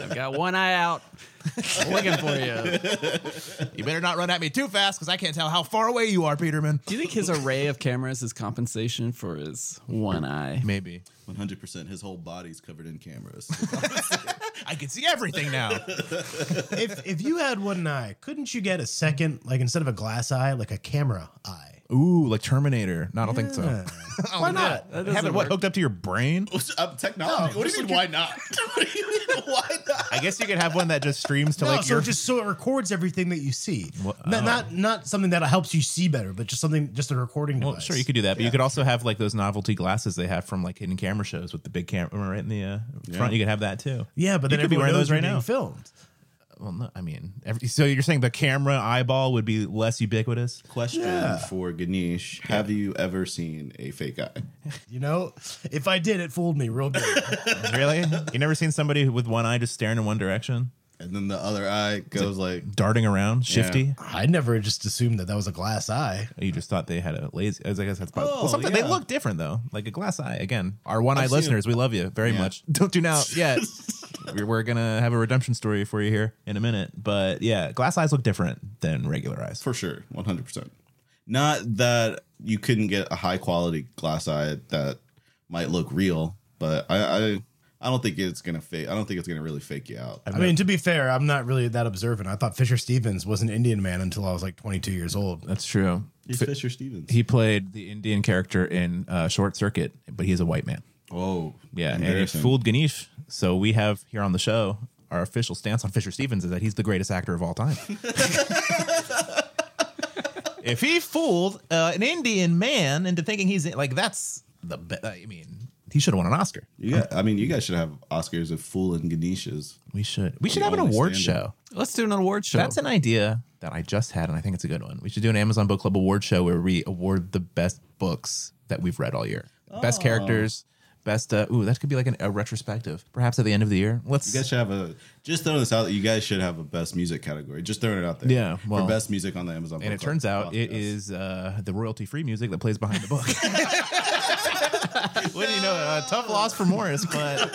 Speaker 2: I've got one eye out, looking for you.
Speaker 1: You better not run at me too fast, because I can't tell how far away you are, Peterman.
Speaker 2: Do you think his array of cameras is compensation for his one eye?
Speaker 1: Maybe.
Speaker 3: 100%. His whole body's covered in cameras.
Speaker 1: I can see everything now.
Speaker 4: if if you had one eye, couldn't you get a second, like instead of a glass eye, like a camera eye?
Speaker 1: Ooh, like Terminator. No, I don't think so.
Speaker 4: Why not?
Speaker 2: That doesn't
Speaker 1: Have it what
Speaker 2: work.
Speaker 1: hooked up to your brain?
Speaker 3: Up uh, technology. what do you mean, why not? what do you mean, why not?
Speaker 1: I guess you could have one that just streams to
Speaker 4: No,
Speaker 1: like
Speaker 4: so
Speaker 1: your.
Speaker 4: it just so it records everything that you see.
Speaker 1: Well,
Speaker 4: not,
Speaker 1: oh.
Speaker 4: not not something that helps you see better, but just something just a recording
Speaker 1: well,
Speaker 4: device.
Speaker 1: sure, you could do that, but you could also have like those novelty glasses they have from like hidden camera shows with the big camera right in the uh, front. You could have that too.
Speaker 4: Yeah, but
Speaker 1: You
Speaker 4: then
Speaker 1: could be
Speaker 4: everyone
Speaker 1: wearing
Speaker 4: knows
Speaker 1: those right
Speaker 4: you're being
Speaker 1: now.
Speaker 4: filmed.
Speaker 1: Well, no, I mean, every, so you're saying the camera eyeball would be less ubiquitous?
Speaker 3: Question for Ganesh Have you ever seen a fake eye?
Speaker 4: You know, if I did, it fooled me real good.
Speaker 1: really? You never seen somebody with one eye just staring in one direction,
Speaker 3: And then the other eye goes like,
Speaker 1: darting around, shifty?
Speaker 4: I never just assumed that that was a glass eye.
Speaker 1: You just thought they had a lazy. I guess that's probably. well,
Speaker 3: Oh,
Speaker 1: something they
Speaker 3: yeah.
Speaker 1: look different though, like a glass eye. Again, our one-eyed
Speaker 3: seen
Speaker 1: listeners, we love you very
Speaker 3: Yeah.
Speaker 1: much. Don't tune out yet. we're, we're gonna have a redemption story for you here in a minute, but yeah, glass eyes look different than regular eyes.
Speaker 3: for sure, 100%. Not that you couldn't get a high quality glass eye that might look real, but I, I, I don't think it's going to fake. I don't think it's going to really fake you out.
Speaker 4: I mean, to be fair, I'm not really that observant. I thought Fisher Stevens was an Indian man until I was like 22 years old.
Speaker 1: That's true.
Speaker 3: He's Fisher Stevens.
Speaker 1: He played the Indian character in uh, Short Circuit, but he's a white man.
Speaker 3: oh,
Speaker 1: Yeah, and it
Speaker 3: embarrassing.
Speaker 1: fooled Ganesh. So we have here on the show our official stance on Fisher Stevens is that he's the greatest actor of all time. if he fooled uh, an Indian man into thinking he's like that's the be- I mean he should have won an Oscar.
Speaker 3: You got, I mean, you guys should have Oscars of Fool and Ganesha's.
Speaker 1: We should we should have an
Speaker 3: only
Speaker 1: award
Speaker 3: standard.
Speaker 1: show.
Speaker 2: Let's do an award show.
Speaker 1: That's an idea that I just had and I think it's a good one. We should do an Amazon Book Club award show where we award the best books that we've read all year. Best
Speaker 3: Oh.
Speaker 1: characters, best uh, ooh that could be like an, a retrospective. Perhaps at the end of the year. Let's
Speaker 3: You guys should have a. Just throwing this out, you guys should have a best music category. Just throwing it out there.
Speaker 1: Yeah, well-
Speaker 3: for best music on the Amazon.
Speaker 1: And it
Speaker 3: Book Club
Speaker 1: turns out it
Speaker 3: podcast.
Speaker 1: is uh, the royalty free music that plays behind the book. Wouldn't you know? A tough loss for Morris, but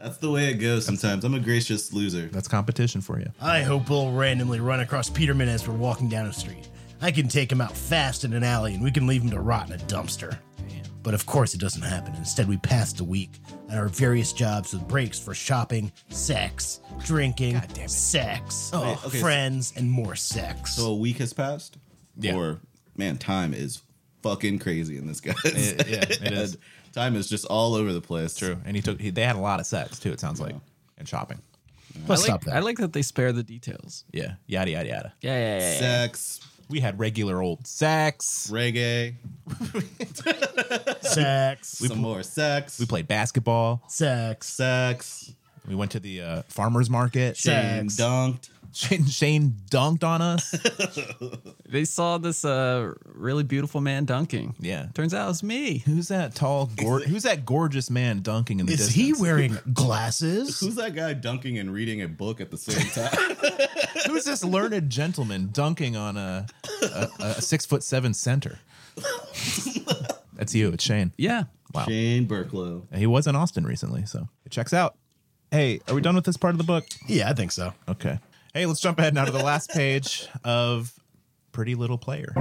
Speaker 3: That's the way it goes. Sometimes I'm a gracious loser.
Speaker 1: that's competition for you.
Speaker 4: I hope we'll randomly run across Peterman as we're walking down the street. I can take him out fast in an alley and we can leave him to rot in a dumpster. But of course, it doesn't happen. Instead, we pass the week at our various jobs with breaks for shopping, sex, drinking, sex,
Speaker 3: Wait, okay, so-
Speaker 4: friends, and more sex.
Speaker 3: So a week has passed.
Speaker 1: Yeah.
Speaker 3: Or man, time is fucking crazy in this guy.
Speaker 1: It- yeah, it is.
Speaker 3: Time is just all over the place.
Speaker 1: True. And he took. He, they had a lot of sex too. It sounds like, and shopping.
Speaker 4: Let's
Speaker 2: I like,
Speaker 4: stop that.
Speaker 2: I like that they spare the details.
Speaker 1: Yeah. Yada yada yada.
Speaker 2: Yeah, yeah, yeah. yeah.
Speaker 3: Sex,
Speaker 1: We had regular old sex.
Speaker 3: reggae,
Speaker 4: sex,
Speaker 3: some more sex.
Speaker 1: We played basketball.
Speaker 4: sex,
Speaker 3: sex.
Speaker 1: We went to the uh, farmers market.
Speaker 3: Shane
Speaker 4: Sex.
Speaker 3: dunked.
Speaker 1: Shane, Shane dunked on us.
Speaker 2: They saw this uh, really beautiful man dunking.
Speaker 1: Yeah.
Speaker 2: Turns out it was me.
Speaker 1: Who's that tall? Gor- who's that gorgeous man dunking in the
Speaker 4: Is
Speaker 1: distance?
Speaker 4: he wearing glasses?
Speaker 3: Who's that guy dunking and reading a book at the same time?
Speaker 1: Who's this learned gentleman dunking on a, a, a six foot seven center? That's you. It's Shane.
Speaker 2: Yeah.
Speaker 1: Wow.
Speaker 3: Shane Burklow.
Speaker 1: He was in Austin recently, so it checks out. Hey, are we done with this part of the book?
Speaker 4: Yeah, I think so.
Speaker 1: Okay. Hey, let's jump ahead now to the last page of Pretty Little Player.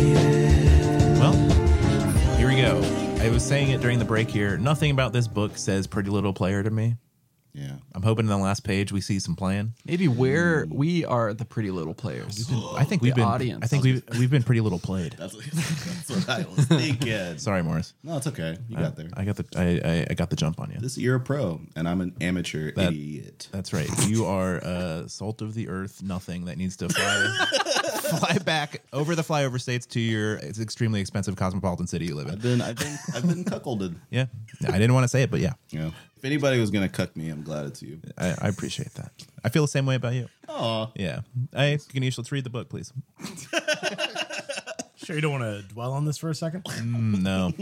Speaker 1: Well, here we go. I was saying it during the break here. Nothing about this book says Pretty Little Player to me.
Speaker 3: Yeah.
Speaker 1: I'm hoping in the last page we see some playing.
Speaker 2: Maybe we're we are the pretty little players.
Speaker 1: I think we've
Speaker 2: The
Speaker 1: been.
Speaker 2: audience.
Speaker 1: I think we've we've been pretty little played.
Speaker 3: That's, that's what I was thinking.
Speaker 1: Sorry, Morris.
Speaker 3: no, it's okay. You got there.
Speaker 1: I got the I, I, I got the jump on you.
Speaker 3: This you're a pro, and I'm an amateur
Speaker 1: That-
Speaker 3: idiot.
Speaker 1: That's right. You are uh, salt of the earth, nothing that needs to fly fly back over the flyover states to your it's extremely expensive cosmopolitan city you live
Speaker 3: I've
Speaker 1: in.
Speaker 3: been, I've been, I've been cuckolded.
Speaker 1: Yeah, I didn't want to say it, but yeah,
Speaker 3: You know, if anybody was gonna cuck me, I'm glad it's you.
Speaker 1: I, I appreciate that. I feel the same way about you.
Speaker 3: Oh,
Speaker 1: Yeah, I Ganesh, let's read the book, please.
Speaker 4: Sure, you don't want to dwell on this for a second?
Speaker 1: Mm, no,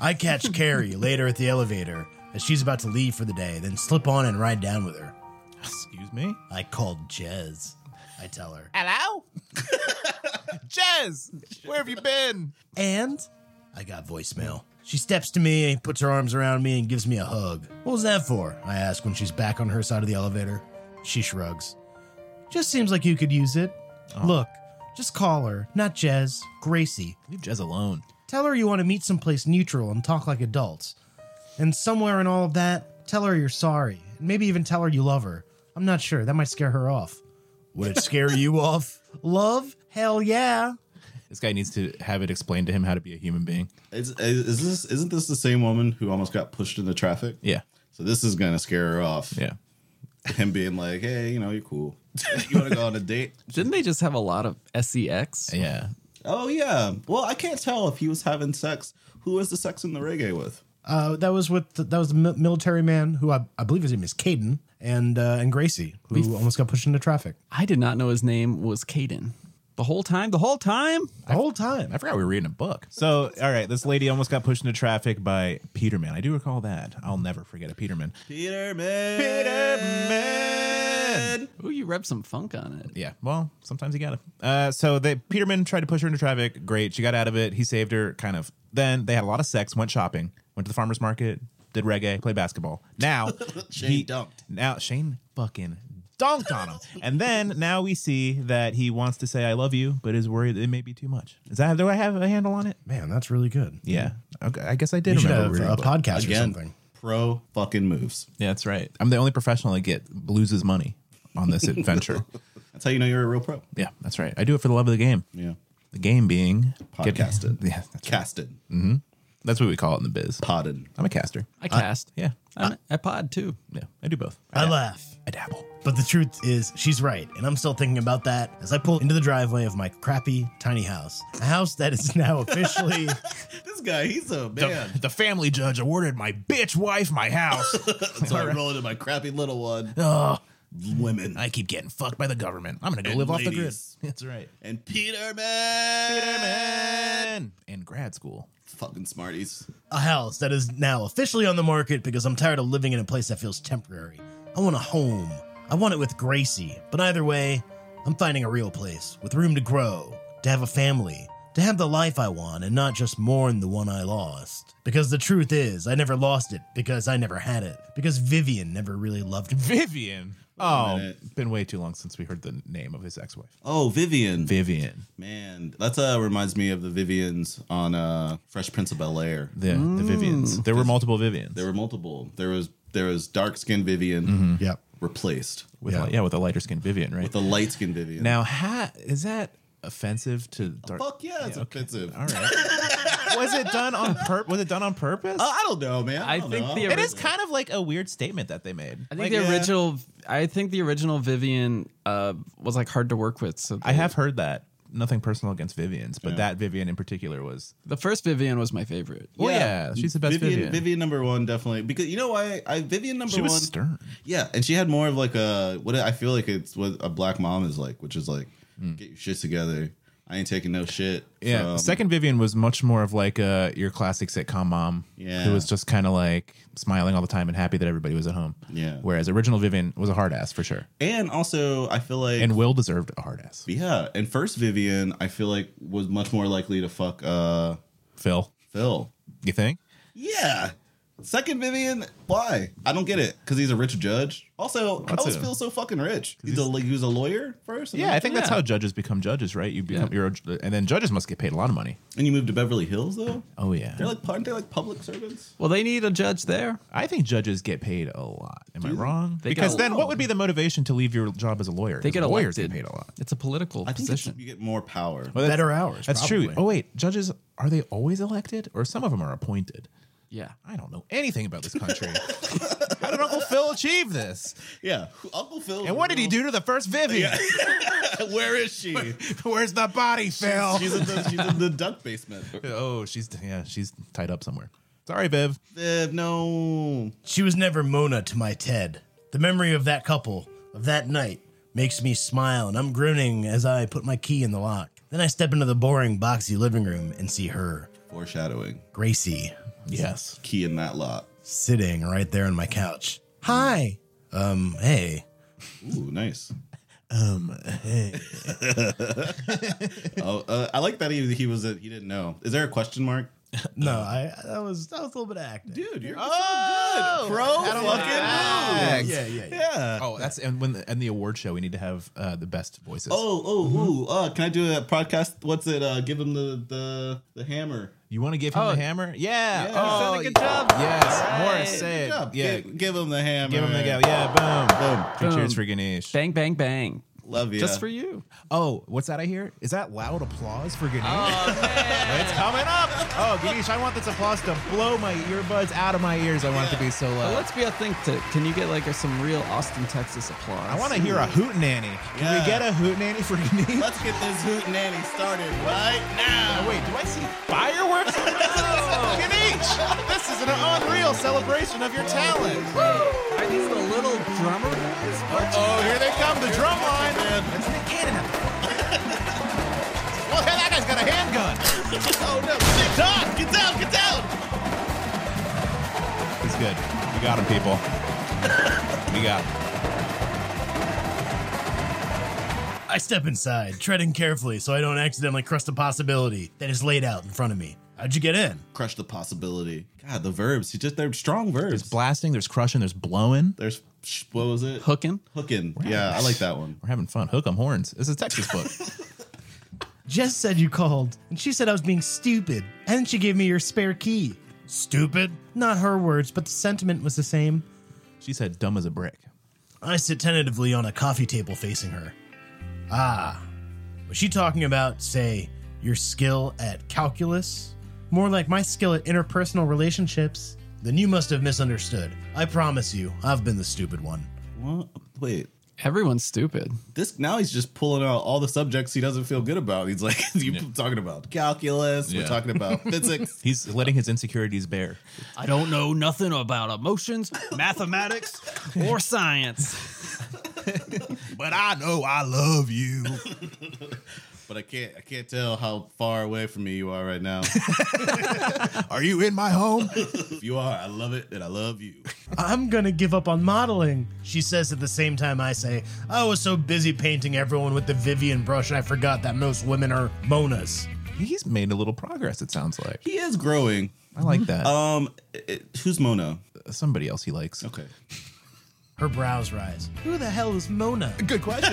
Speaker 4: I catch Carrie later at the elevator as she's about to leave for the day, then slip on and ride down with her.
Speaker 1: excuse me,
Speaker 4: I called Jez. I tell her.
Speaker 6: Hello?
Speaker 1: Jez. Where have you been?
Speaker 4: And I got voicemail. She steps to me, puts her arms around me, and gives me a hug. What was that for? I ask when she's back on her side of the elevator. She shrugs. Just seems like you could use it. Look, just call her, not Jez, Gracie.
Speaker 1: Leave Jez alone.
Speaker 4: Tell her you want to meet someplace neutral and talk like adults. And somewhere in all of that, tell her you're sorry. And maybe even tell her you love her. I'm not sure. That might scare her off. Would it scare you off? Love? Hell yeah.
Speaker 1: This guy needs to have it explained to him how to be a human being.
Speaker 3: is, is, is this isn't this the same woman who almost got pushed into traffic?
Speaker 1: Yeah,
Speaker 3: So this is gonna scare her off.
Speaker 1: yeah.
Speaker 3: Him being like, hey, you know, you're cool. you wanna go on a date?
Speaker 2: Didn't they just have a lot of E sex?
Speaker 1: Yeah.
Speaker 3: Oh yeah. Well, I can't tell if he was having sex. Who was the sex in the reggae with?
Speaker 4: Uh, that was with that was the mi- military man who I, I believe his name is Caden and uh, and Gracie who almost got pushed into traffic
Speaker 2: I did not know his name was Caden. The whole time, the whole time.
Speaker 4: the whole time.
Speaker 1: I forgot we were reading a book. So, all right, this lady almost got pushed into traffic by Peterman. I do recall that. I'll never forget a Peterman.
Speaker 3: Peterman.
Speaker 1: Peterman.
Speaker 2: Ooh, you rubbed some funk on it.
Speaker 1: Yeah, well, sometimes you gotta. Uh, so they Peterman tried to push her into traffic. Great, she got out of it. He saved her, kind of. Then they had a lot of sex. Went shopping. Went to the farmers market. Did reggae. Played basketball. Now
Speaker 3: Shane
Speaker 1: he-
Speaker 3: dunked.
Speaker 1: Now Shane fucking dunked on him. and then now we see that he wants to say "I love you," but is worried it may be too much. Is that do I have a handle on it?
Speaker 4: Man, that's really good.
Speaker 1: Yeah, okay, I guess I
Speaker 4: You
Speaker 1: did
Speaker 4: should
Speaker 1: remember
Speaker 4: have
Speaker 1: reading
Speaker 4: a
Speaker 1: book.
Speaker 4: podcast or
Speaker 3: Again,
Speaker 4: something.
Speaker 3: pro fucking moves.
Speaker 1: Yeah, that's right. I'm the only professional that get loses money on this adventure.
Speaker 3: That's how you know you're a real pro.
Speaker 1: yeah, that's right. I do it for the love of the game.
Speaker 3: Yeah.
Speaker 1: The game being
Speaker 3: Podcasted.
Speaker 1: Get, yeah, that's, right.
Speaker 3: Casted.
Speaker 1: that's what we call it in the biz.
Speaker 3: Potted.
Speaker 1: I'm a caster.
Speaker 2: I cast.
Speaker 1: Uh, Yeah,
Speaker 2: I'm I pod too.
Speaker 1: yeah, I do both.
Speaker 4: I laugh.
Speaker 1: I dabble.
Speaker 4: But the truth is, she's right, and I'm still thinking about that as I pull into the driveway of my crappy tiny house. A house that is now officially
Speaker 3: This guy, he's a man.
Speaker 1: The family judge awarded my bitch wife my house.
Speaker 3: so I roll into my crappy little one.
Speaker 1: oh,
Speaker 3: Women.
Speaker 1: I keep getting fucked by the government. I'm gonna go
Speaker 3: And
Speaker 1: live off the grid.
Speaker 3: ladies.
Speaker 1: That's right.
Speaker 3: and Peterman. Peterman.
Speaker 1: And grad school.
Speaker 3: Fucking smarties.
Speaker 4: a house that is now officially on the market because I'm tired of living in a place that feels temporary. I want a home. I want it with Gracie. But either way, I'm finding a real place with room to grow, to have a family, to have the life I want and not just mourn the one I lost. Because the truth is, I never lost it because I never had it. Because Vivian never really loved me.
Speaker 1: Vivian. Oh,
Speaker 3: minute.
Speaker 1: been way too long since we heard the name of his ex-wife.
Speaker 3: Oh, Vivian.
Speaker 1: Vivian.
Speaker 3: Man, that uh, reminds me of the Vivians on uh, Fresh Prince of Bel Air.
Speaker 1: The the Vivians. Mm. There were multiple Vivians.
Speaker 3: There were multiple. There was there was dark skinned Vivian
Speaker 1: Mm-hmm.
Speaker 4: Yep.
Speaker 3: replaced
Speaker 1: with yeah.
Speaker 4: Yeah.
Speaker 1: yeah, with a lighter skinned Vivian, right?
Speaker 3: with a light skinned Vivian.
Speaker 1: now, ha- is that offensive to dark?
Speaker 3: fuck yeah, it's offensive.
Speaker 1: All right. was it done on purpose? Was it done on purpose?
Speaker 3: I don't know, man.
Speaker 2: I
Speaker 3: don't
Speaker 2: think
Speaker 3: know.
Speaker 2: the
Speaker 1: Oh, it is kind of like a weird statement that they made.
Speaker 2: I
Speaker 1: Like,
Speaker 2: think the
Speaker 3: yeah.
Speaker 2: original. I think the original Vivian uh, was like hard to work with. So
Speaker 1: I have heard that. Nothing personal against Vivian's, but
Speaker 3: Yeah.
Speaker 1: that Vivian in particular was.
Speaker 2: the first Vivian was my favorite.
Speaker 1: Well, Oh, yeah, she's the best
Speaker 3: Vivian,
Speaker 1: Vivian.
Speaker 3: Vivian number one, definitely. Because you know why? I Vivian number
Speaker 1: She was
Speaker 3: one.
Speaker 1: stern.
Speaker 3: Yeah, and she had more of like a what I feel like it's what a black mom is like, which is like get your shit together. I ain't taking no shit.
Speaker 1: Mm. Yeah.
Speaker 3: from-
Speaker 1: Second Vivian was much more of like uh, your classic sitcom mom.
Speaker 3: Yeah.
Speaker 1: Who was just kind of like smiling all the time and happy that everybody was at home.
Speaker 3: Yeah.
Speaker 1: Whereas original Vivian was a hard ass for sure.
Speaker 3: and also I feel like
Speaker 1: And Will deserved a hard ass.
Speaker 3: yeah, and first Vivian I feel like was much more likely to fuck uh
Speaker 1: Phil,
Speaker 3: Phil.
Speaker 1: you think?
Speaker 3: Yeah. Second Vivian, why? I don't get it. Because he's a rich judge. Also, how
Speaker 1: That's
Speaker 3: is
Speaker 1: it.
Speaker 3: Phil so fucking rich? He's a he was a lawyer first. and
Speaker 1: Yeah,
Speaker 3: then-
Speaker 1: I think that's
Speaker 2: Yeah.
Speaker 1: how judges become judges, right? You become
Speaker 2: Yeah.
Speaker 1: your your and then judges must get paid a lot of money.
Speaker 3: And you moved to Beverly Hills though.
Speaker 1: Oh yeah.
Speaker 3: They're like aren't they like public servants?
Speaker 2: Well, they need a judge there.
Speaker 1: I think judges get paid a lot. Am I wrong?
Speaker 2: They
Speaker 1: because
Speaker 2: get-
Speaker 1: then what would be the motivation to leave your job as a lawyer?
Speaker 2: They get
Speaker 1: Because lawyers
Speaker 2: elected.
Speaker 1: get paid a lot.
Speaker 2: It's a political
Speaker 3: I think it's-
Speaker 2: position.
Speaker 3: you get more power.
Speaker 1: Well, that's-
Speaker 4: Better hours,
Speaker 1: That's true.
Speaker 4: probably.
Speaker 1: Oh wait, judges are they always elected or some of them are appointed?
Speaker 2: yeah.
Speaker 1: I don't know anything about this country. How did Uncle Phil achieve this?
Speaker 3: Yeah, Uncle Phil.
Speaker 1: And what did he do to the first Vivian?
Speaker 3: Where is she?
Speaker 1: Where's the body, Phil?
Speaker 3: she's, in the, she's in the duck basement.
Speaker 1: oh, she's yeah, she's tied up somewhere. Sorry, Viv.
Speaker 3: Viv, no.
Speaker 4: She was never Mona to my Ted. The memory of that couple, of that night, makes me smile, and I'm grinning as I put my key in the lock. Then I step into the boring, boxy living room and see her,
Speaker 3: Foreshadowing.
Speaker 4: Gracie,
Speaker 1: Yes.
Speaker 3: Key in that lot.
Speaker 4: sitting right there on my couch. Hi. Um, hey.
Speaker 3: Ooh, nice. Um. oh, uh, I like that he he was a, he didn't know. Is there a question mark?
Speaker 4: No, I that was that was a little bit of acting.
Speaker 3: Dude, you're
Speaker 1: Ah,
Speaker 3: oh, good, bro. Fucking
Speaker 4: yeah,
Speaker 1: Thanks.
Speaker 4: yeah, yeah.
Speaker 3: Yeah.
Speaker 1: Oh, that's and when the, and the award show we need to have uh, the best voices.
Speaker 3: Oh, oh, ooh. Uh, can I do a podcast? What's it? Uh, give him the the the hammer.
Speaker 1: You want to give him
Speaker 2: Oh.
Speaker 1: the hammer? Yeah.
Speaker 3: Yeah.
Speaker 1: Oh,
Speaker 2: Done a good job.
Speaker 1: yes. Morris, say
Speaker 3: Good
Speaker 1: it.
Speaker 3: job.
Speaker 1: Yeah.
Speaker 3: Give, give him the hammer.
Speaker 1: Give him the go. Yeah.
Speaker 3: Boom.
Speaker 1: Boom.
Speaker 2: Boom.
Speaker 1: Cheers for Ganesh.
Speaker 2: Bang, bang, bang.
Speaker 3: Love you.
Speaker 2: Just for you.
Speaker 1: Oh, what's that I hear? Is that loud applause for Ganesh? it's coming up. Oh, Ganesh, I want this applause to blow my earbuds out of my ears. I want it to be so
Speaker 2: Well,
Speaker 1: loud.
Speaker 2: let's be authentic. Can you get like a, some real Austin, Texas applause?
Speaker 1: I want to hear a hootenanny. Can we
Speaker 3: Yeah.
Speaker 1: get a hootenanny for Ganesh?
Speaker 3: Let's get this hoot nanny started right now.
Speaker 1: Oh, wait, do I see fireworks? Ganesh, this is an unreal celebration of your talent.
Speaker 2: Are these the little drummer guys?
Speaker 1: Oh, here they come, the drum line. It's Nick Cannon. well, hey, that guy's got a handgun.
Speaker 3: Oh no! Shit, Todd, get down, get down!
Speaker 1: He's good. We got him, people. We got him.
Speaker 4: I step inside, treading carefully so I don't accidentally crush the possibility that is laid out in front of me. How'd you get in?
Speaker 3: Crush the possibility. God, the verbs. He just they're strong verbs.
Speaker 1: There's blasting, there's crushing, there's blowing.
Speaker 3: there's sh- what was it?
Speaker 2: Hooking.
Speaker 3: Hooking. Yeah, I like that one.
Speaker 1: We're having fun. Hook 'em horns. This is a Texas book.
Speaker 4: Jess said you called, and she said I was being stupid, and then she gave me your spare key. Stupid? Not her words, but the sentiment was the same.
Speaker 1: she said, dumb as a brick.
Speaker 4: I sit tentatively on a coffee table facing her. Ah, was she talking about, say, your skill at calculus? More like my skill at interpersonal relationships? Then you must have misunderstood. I promise you, I've been the stupid one.
Speaker 3: What? Wait.
Speaker 2: Everyone's stupid.
Speaker 3: This now he's just pulling out all the subjects he doesn't feel good about. He's like, you talking about calculus.
Speaker 1: Yeah.
Speaker 3: We're talking about physics.
Speaker 1: He's letting his insecurities bear.
Speaker 2: I don't know nothing about emotions, mathematics, or science.
Speaker 1: But I know I love you.
Speaker 3: But I can't. I can't tell how far away from me you are right now.
Speaker 1: Are you in my home?
Speaker 3: if you are, I love it, and I love you.
Speaker 4: I'm gonna give up on modeling, she says at the same time I say, I was so busy painting everyone with the Vivian brush I forgot that most women are Monas.
Speaker 1: He's made a little progress, it sounds like.
Speaker 3: He is growing.
Speaker 1: I like that.
Speaker 3: Um, it- who's Mona?
Speaker 1: Somebody else he likes.
Speaker 3: Okay.
Speaker 4: Her brows rise. Who the hell is Mona?
Speaker 1: Good question.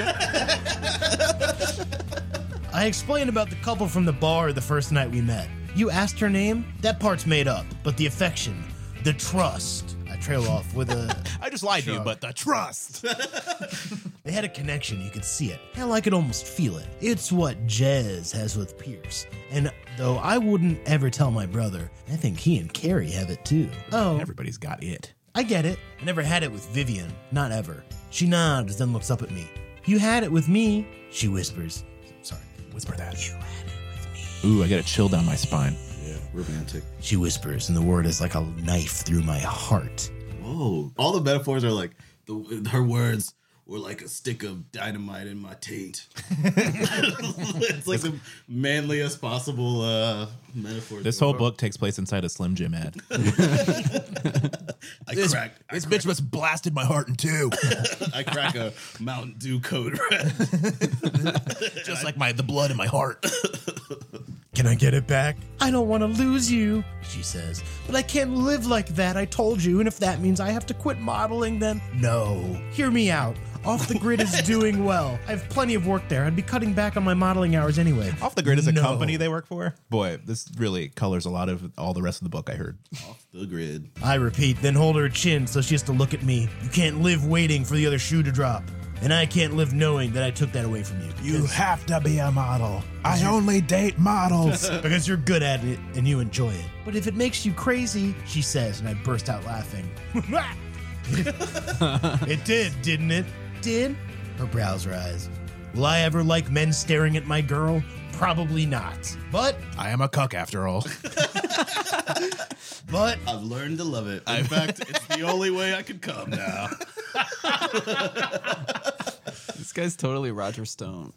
Speaker 4: I explained about the couple from the bar the first night we met. You asked her name? That part's made up, but the affection, the trust. I trail off with a
Speaker 1: I just lied to you,
Speaker 4: Shrug.
Speaker 1: but the trust.
Speaker 4: They had a connection, you could see it. Hell, I could almost feel it. It's what Jez has with Pierce. And though I wouldn't ever tell my brother, I think he and Carrie have it too. Oh,
Speaker 1: Everybody's got it.
Speaker 4: I get it. I never had it with Vivian. Not ever. She nods, then looks up at me. You had it with me, she whispers. Sorry.
Speaker 1: Whisper that. You had it with me. Ooh, I got a chill down my spine.
Speaker 3: Yeah, romantic.
Speaker 4: She whispers, and the word is like a knife through my heart.
Speaker 3: Whoa! All the metaphors are like the, her words were like a stick of dynamite in my taint. it's like the manliest possible uh, metaphor.
Speaker 1: This whole book takes place inside a Slim Jim ad.
Speaker 3: I
Speaker 1: this
Speaker 3: crack. I
Speaker 1: this bitch must blasted my heart in two,
Speaker 3: I crack a Mountain Dew code red.
Speaker 1: just like my the blood in my heart.
Speaker 4: Can I get it back? I don't want to lose you, she says. But I can't live like that, I told you. And if that means I have to quit modeling, then no. Hear me out. Off the grid is doing well. I have plenty of work there. I'd be cutting back on my modeling hours anyway.
Speaker 1: Off the grid is a
Speaker 4: No.
Speaker 1: company they work for. Boy, this really colors a lot of all the rest of the book I heard.
Speaker 3: Off the grid.
Speaker 4: I repeat, then hold her chin so she has to look at me. You can't live waiting for the other shoe to drop. And I can't live knowing that I took that away from you. because-
Speaker 1: have to be a model. I only date models.
Speaker 4: because you're good at it and you enjoy it. But if it makes you crazy, she says, and I burst out laughing. it did, didn't it? Did? Her brows rise. Will I ever like men staring at my girl? Probably not. But,
Speaker 1: I am a cuck after all.
Speaker 4: but,
Speaker 3: I've learned to love it. In fact, it's the only way I could come now.
Speaker 2: This guy's totally Roger Stone.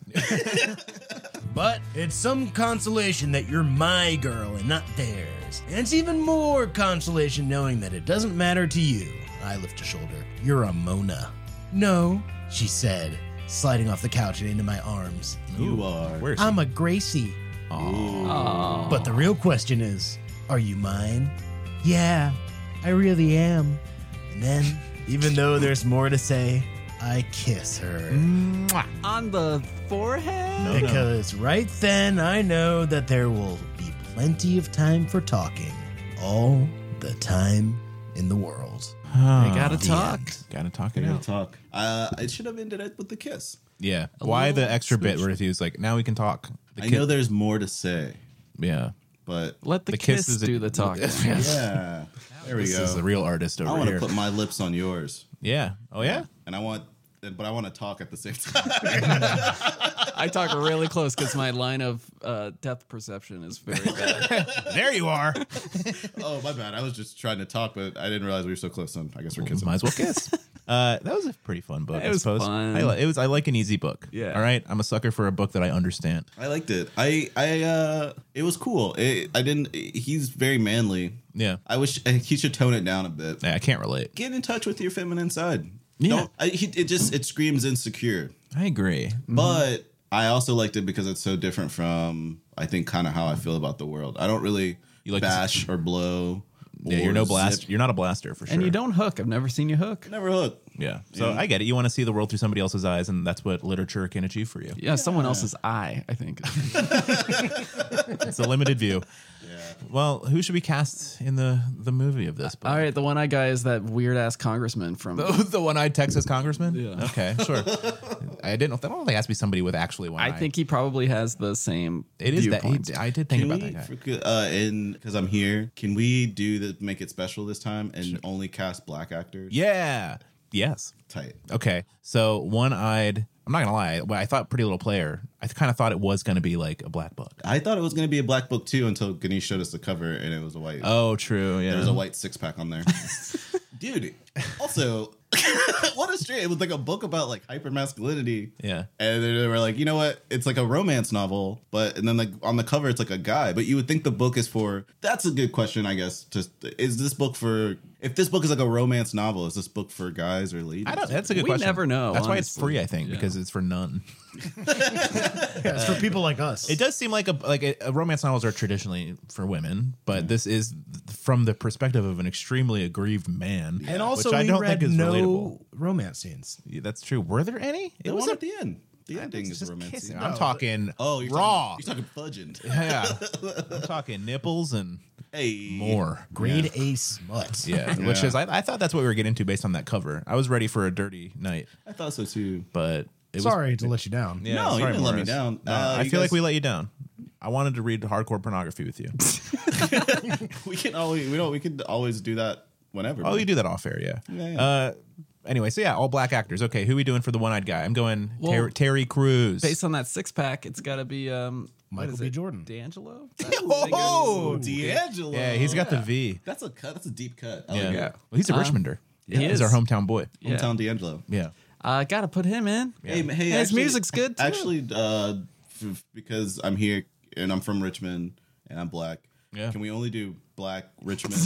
Speaker 4: but, it's some consolation that you're my girl and not theirs. And it's even more consolation knowing that it doesn't matter to you. I lift a shoulder. You're a Mona. No, she said, sliding off the couch and into my arms.
Speaker 3: You are.
Speaker 1: Where's
Speaker 4: I'm a Gracie. But the real question is, are you mine? Yeah, I really am. And then, even though there's more to say, I kiss her.
Speaker 2: On the forehead?
Speaker 1: Mm, No, no.
Speaker 4: Because right then I know that there will be plenty of time for talking. All the time in the world. Ah,
Speaker 2: I gotta talk.
Speaker 1: Gotta talk
Speaker 3: We
Speaker 1: it
Speaker 3: gotta
Speaker 1: out.
Speaker 3: talk. Uh, it should have ended it with the kiss.
Speaker 1: Yeah. Why the
Speaker 2: little
Speaker 1: extra bit
Speaker 2: smooch.
Speaker 1: where it's used like now we can talk? The
Speaker 3: I
Speaker 1: kid-
Speaker 3: know there's more to say,
Speaker 1: Yeah.
Speaker 3: but
Speaker 2: Let the,
Speaker 1: The
Speaker 2: kiss,
Speaker 1: kiss is-
Speaker 2: do the talking.
Speaker 3: yeah, there we
Speaker 1: This is the
Speaker 3: go.
Speaker 1: real artist
Speaker 3: I
Speaker 1: over
Speaker 3: want to
Speaker 1: here.
Speaker 3: put my lips on yours,
Speaker 1: yeah. Oh yeah.
Speaker 3: and I want, but I want to talk at the same time.
Speaker 2: I talk really close because my line of uh, depth perception is very bad.
Speaker 1: There you are.
Speaker 3: oh my bad, I was just trying to talk, but I didn't realize we were so close. Then I guess we're kissing.
Speaker 1: Might as well kiss. Uh, that was a pretty fun book.
Speaker 2: It
Speaker 1: I
Speaker 2: was
Speaker 1: suppose.
Speaker 2: fun.
Speaker 1: I, li- it was. I like an easy book.
Speaker 2: Yeah.
Speaker 1: All right. I'm a sucker for a book that I understand.
Speaker 3: I liked it. I I uh it was cool. It, I didn't. He's very manly.
Speaker 1: Yeah.
Speaker 3: I wish uh, he should tone it down a bit.
Speaker 1: I, I can't relate.
Speaker 3: Get in touch with your feminine side.
Speaker 2: Yeah.
Speaker 3: Don't, I, he, it just it screams insecure.
Speaker 1: I agree.
Speaker 3: But I also liked it because it's so different from I think kind of how I feel about the world. I don't really
Speaker 1: You like to-
Speaker 3: bash or blow.
Speaker 1: Yeah. You're no blast.
Speaker 3: blast.
Speaker 1: You're not a blaster for sure.
Speaker 2: And you don't hook. I've never seen you hook.
Speaker 3: Never hook.
Speaker 1: Yeah. So
Speaker 3: Yeah.
Speaker 1: I get it. You want to see the world through somebody else's eyes, and that's what literature can achieve for you.
Speaker 2: Yeah, someone else's eye, I think.
Speaker 1: It's a limited view. Well, who should we cast in the the movie of this? book?
Speaker 2: All right, the one eye guy is that weird ass congressman from.
Speaker 1: The, the one-eyed Texas congressman.
Speaker 2: Yeah.
Speaker 1: Okay, sure. I didn't. I don't think it has to be somebody with actually one.
Speaker 2: I
Speaker 1: eye.
Speaker 2: think he probably has the same.
Speaker 1: it is that.
Speaker 2: viewpoint.
Speaker 1: he- I did think
Speaker 3: Can
Speaker 1: about
Speaker 3: we,
Speaker 1: that guy.
Speaker 3: fric- uh, and because I'm here, can we do the make it special this time and only cast black actors?
Speaker 1: Yeah. Yes.
Speaker 3: tight.
Speaker 1: Okay. So one-eyed. I'm not gonna lie. Well, I thought Pretty Little Player. I kind of thought it was gonna be like a black book.
Speaker 3: I thought it was going to be a black book too until Ganesh showed us the cover and it was a white.
Speaker 1: Oh, true. Yeah.
Speaker 3: There was a white six pack on there, dude. Also, what a straight! It was like a book about like hyper masculinity.
Speaker 1: Yeah.
Speaker 3: and they were like, you know what? It's like a romance novel, but and then like on the cover, it's like a guy. But you would think the book is for. That's a good question, I guess. Just is this book for? If this book is like a romance novel, is this book for guys or ladies?
Speaker 1: I don't. That's a good
Speaker 2: We
Speaker 1: question.
Speaker 2: never know,
Speaker 1: That's why it's
Speaker 2: honestly.
Speaker 1: free. I think because it's for none.
Speaker 4: Yeah, it's for people like us.
Speaker 1: It does seem like a like a, romance novels are traditionally for women, but this is from the perspective of an extremely aggrieved man,
Speaker 4: and also,
Speaker 1: which I
Speaker 4: we
Speaker 1: don't
Speaker 4: read
Speaker 1: think is
Speaker 4: no
Speaker 1: relatable.
Speaker 4: romance scenes.
Speaker 1: Yeah, that's true. Were there any?
Speaker 3: It was
Speaker 1: wasn't-
Speaker 3: at the end. The ending is a
Speaker 1: just
Speaker 3: romance.
Speaker 1: kissing.
Speaker 3: scene.
Speaker 1: I'm talking
Speaker 3: Oh, you're
Speaker 1: raw.
Speaker 3: Talking, you're talking fudging.
Speaker 1: yeah, I'm talking nipples and
Speaker 3: Hey,
Speaker 1: more.
Speaker 4: Grade A smut.
Speaker 1: Yeah, which
Speaker 3: Yeah.
Speaker 1: is I, I thought that's what we were getting to based on that cover. I was ready for a dirty night,
Speaker 3: I thought so too.
Speaker 1: but it
Speaker 4: Sorry
Speaker 1: was.
Speaker 4: to let you down.
Speaker 1: Yeah,
Speaker 3: No, you
Speaker 1: sorry,
Speaker 3: didn't let me
Speaker 1: Morris.
Speaker 3: down.
Speaker 1: No,
Speaker 3: Uh,
Speaker 1: I
Speaker 3: you
Speaker 1: feel like
Speaker 3: guys-
Speaker 1: we let you down. I wanted to read hardcore pornography with you.
Speaker 3: We can always we don't we could always do that whenever.
Speaker 1: oh, you do that off air, yeah.
Speaker 3: Yeah, yeah.
Speaker 1: Uh, anyway, so yeah, all black actors. Okay, who we doing for the one eyed guy? I'm going
Speaker 2: Well,
Speaker 1: Ter- Terry Crews.
Speaker 2: Based on that six pack, it's got to be um, what
Speaker 4: Michael
Speaker 2: is
Speaker 4: B.
Speaker 2: it?
Speaker 4: Jordan.
Speaker 2: D'Angelo.
Speaker 1: oh,
Speaker 3: D'Angelo.
Speaker 1: yeah, he's got the V.
Speaker 3: That's a cut. That's a deep cut. Oh, I
Speaker 1: Yeah,
Speaker 3: like it.
Speaker 1: Well, he's
Speaker 3: Uh,
Speaker 1: a Richmonder.
Speaker 2: he
Speaker 1: he's
Speaker 2: is.
Speaker 1: our hometown boy.
Speaker 2: Yeah.
Speaker 3: Hometown D'Angelo.
Speaker 1: Yeah.
Speaker 2: I gotta put him in.
Speaker 3: Hey, hey,
Speaker 2: His
Speaker 3: actually-
Speaker 2: music's good. Too.
Speaker 3: Actually, uh, f- because I'm here and I'm from Richmond and I'm black.
Speaker 1: Yeah.
Speaker 3: Can we only do black Richmond?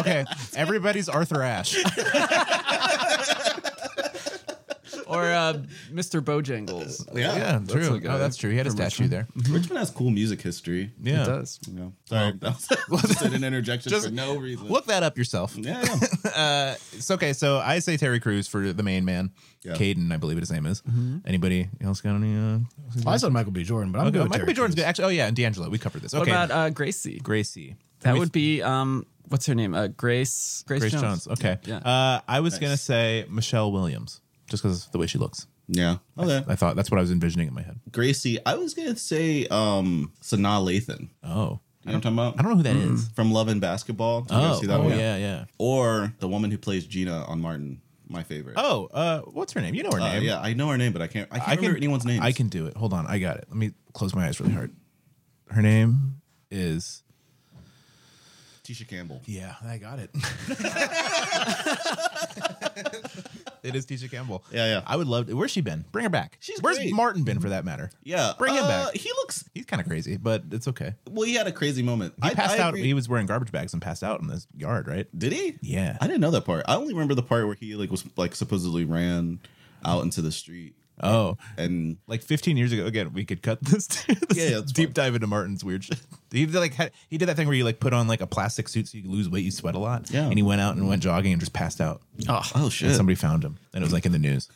Speaker 1: Okay, everybody's Arthur Ashe.
Speaker 2: or uh, Mr. Bojangles.
Speaker 3: yeah.
Speaker 1: Yeah,
Speaker 2: That's
Speaker 1: true.
Speaker 2: a guy
Speaker 1: oh, that's true. He had a
Speaker 2: from
Speaker 1: statue
Speaker 2: Richmond.
Speaker 1: there.
Speaker 3: Richmond has cool music history.
Speaker 1: Yeah.
Speaker 2: It does.
Speaker 3: You know, sorry, that was just an interjection
Speaker 1: Just
Speaker 3: for no reason.
Speaker 1: Look that up yourself.
Speaker 3: Yeah, yeah.
Speaker 1: It's okay. So I say Terry Crews for the main man.
Speaker 3: Yeah.
Speaker 1: Caden, I believe his name is. Anybody else got any? Uh,
Speaker 4: I said Michael B. Jordan, but I'm
Speaker 1: okay,
Speaker 4: good with
Speaker 1: Michael B.
Speaker 4: Terry
Speaker 1: Jordan's
Speaker 4: Crews.
Speaker 1: good. Actually, oh yeah, and D'Angelo. We covered this.
Speaker 2: What
Speaker 1: Okay,
Speaker 2: about uh, Gracie?
Speaker 1: Gracie.
Speaker 2: That
Speaker 1: We-
Speaker 2: would be um, what's her name? Uh, Grace. Grace,
Speaker 1: Grace
Speaker 2: Jones.
Speaker 1: Jones. Okay.
Speaker 2: Yeah.
Speaker 1: Uh, I was gonna say Michelle Williams just because the way she looks.
Speaker 3: yeah. Okay.
Speaker 1: I thought that's what I was envisioning in my head.
Speaker 3: Gracie, I was gonna say um Sanaa Lathan.
Speaker 1: Oh,
Speaker 3: You know what I'm talking about?
Speaker 1: I don't know who that is.
Speaker 3: From Love and Basketball. Did you guys
Speaker 1: Oh,
Speaker 3: Mm. see that
Speaker 1: oh,
Speaker 3: one?
Speaker 1: yeah, yeah.
Speaker 3: Or the woman who plays Gina on Martin, my favorite.
Speaker 1: Oh, uh, what's her name? You know her
Speaker 3: Uh,
Speaker 1: name.
Speaker 3: yeah, I know her name, but I can't. I can't remember anyone's name.
Speaker 1: I can do it. Hold on, I got it. Let me close my eyes really hard. Her name is.
Speaker 3: Tisha Campbell.
Speaker 1: Yeah, I got it. it is Tisha Campbell.
Speaker 3: Yeah, yeah.
Speaker 1: I would love. To, where's she been? Bring her back.
Speaker 3: She's
Speaker 1: Where's
Speaker 3: great.
Speaker 1: Martin been for that matter?
Speaker 3: Yeah,
Speaker 1: Bring him
Speaker 3: uh,
Speaker 1: back.
Speaker 3: He looks.
Speaker 1: He's kind of crazy, but it's okay.
Speaker 3: Well, he had a crazy moment.
Speaker 1: He passed out.
Speaker 3: agree.
Speaker 1: He was wearing garbage bags and passed out in this yard, right?
Speaker 3: Did he?
Speaker 1: Yeah.
Speaker 3: I didn't know that part. I only remember the part where he like was like supposedly ran out into the street
Speaker 1: Oh,
Speaker 3: and
Speaker 1: like 15 years ago. Again, we could cut this. this
Speaker 3: Yeah, yeah, it's
Speaker 1: deep dive into Martin's weird shit. He did like had, he did that thing where you like put on like a plastic suit so you lose weight, you sweat a lot.
Speaker 3: Yeah.
Speaker 1: And he went out and went jogging and just passed out.
Speaker 3: oh
Speaker 1: And
Speaker 3: shit,
Speaker 1: somebody found him, and it was like in the news.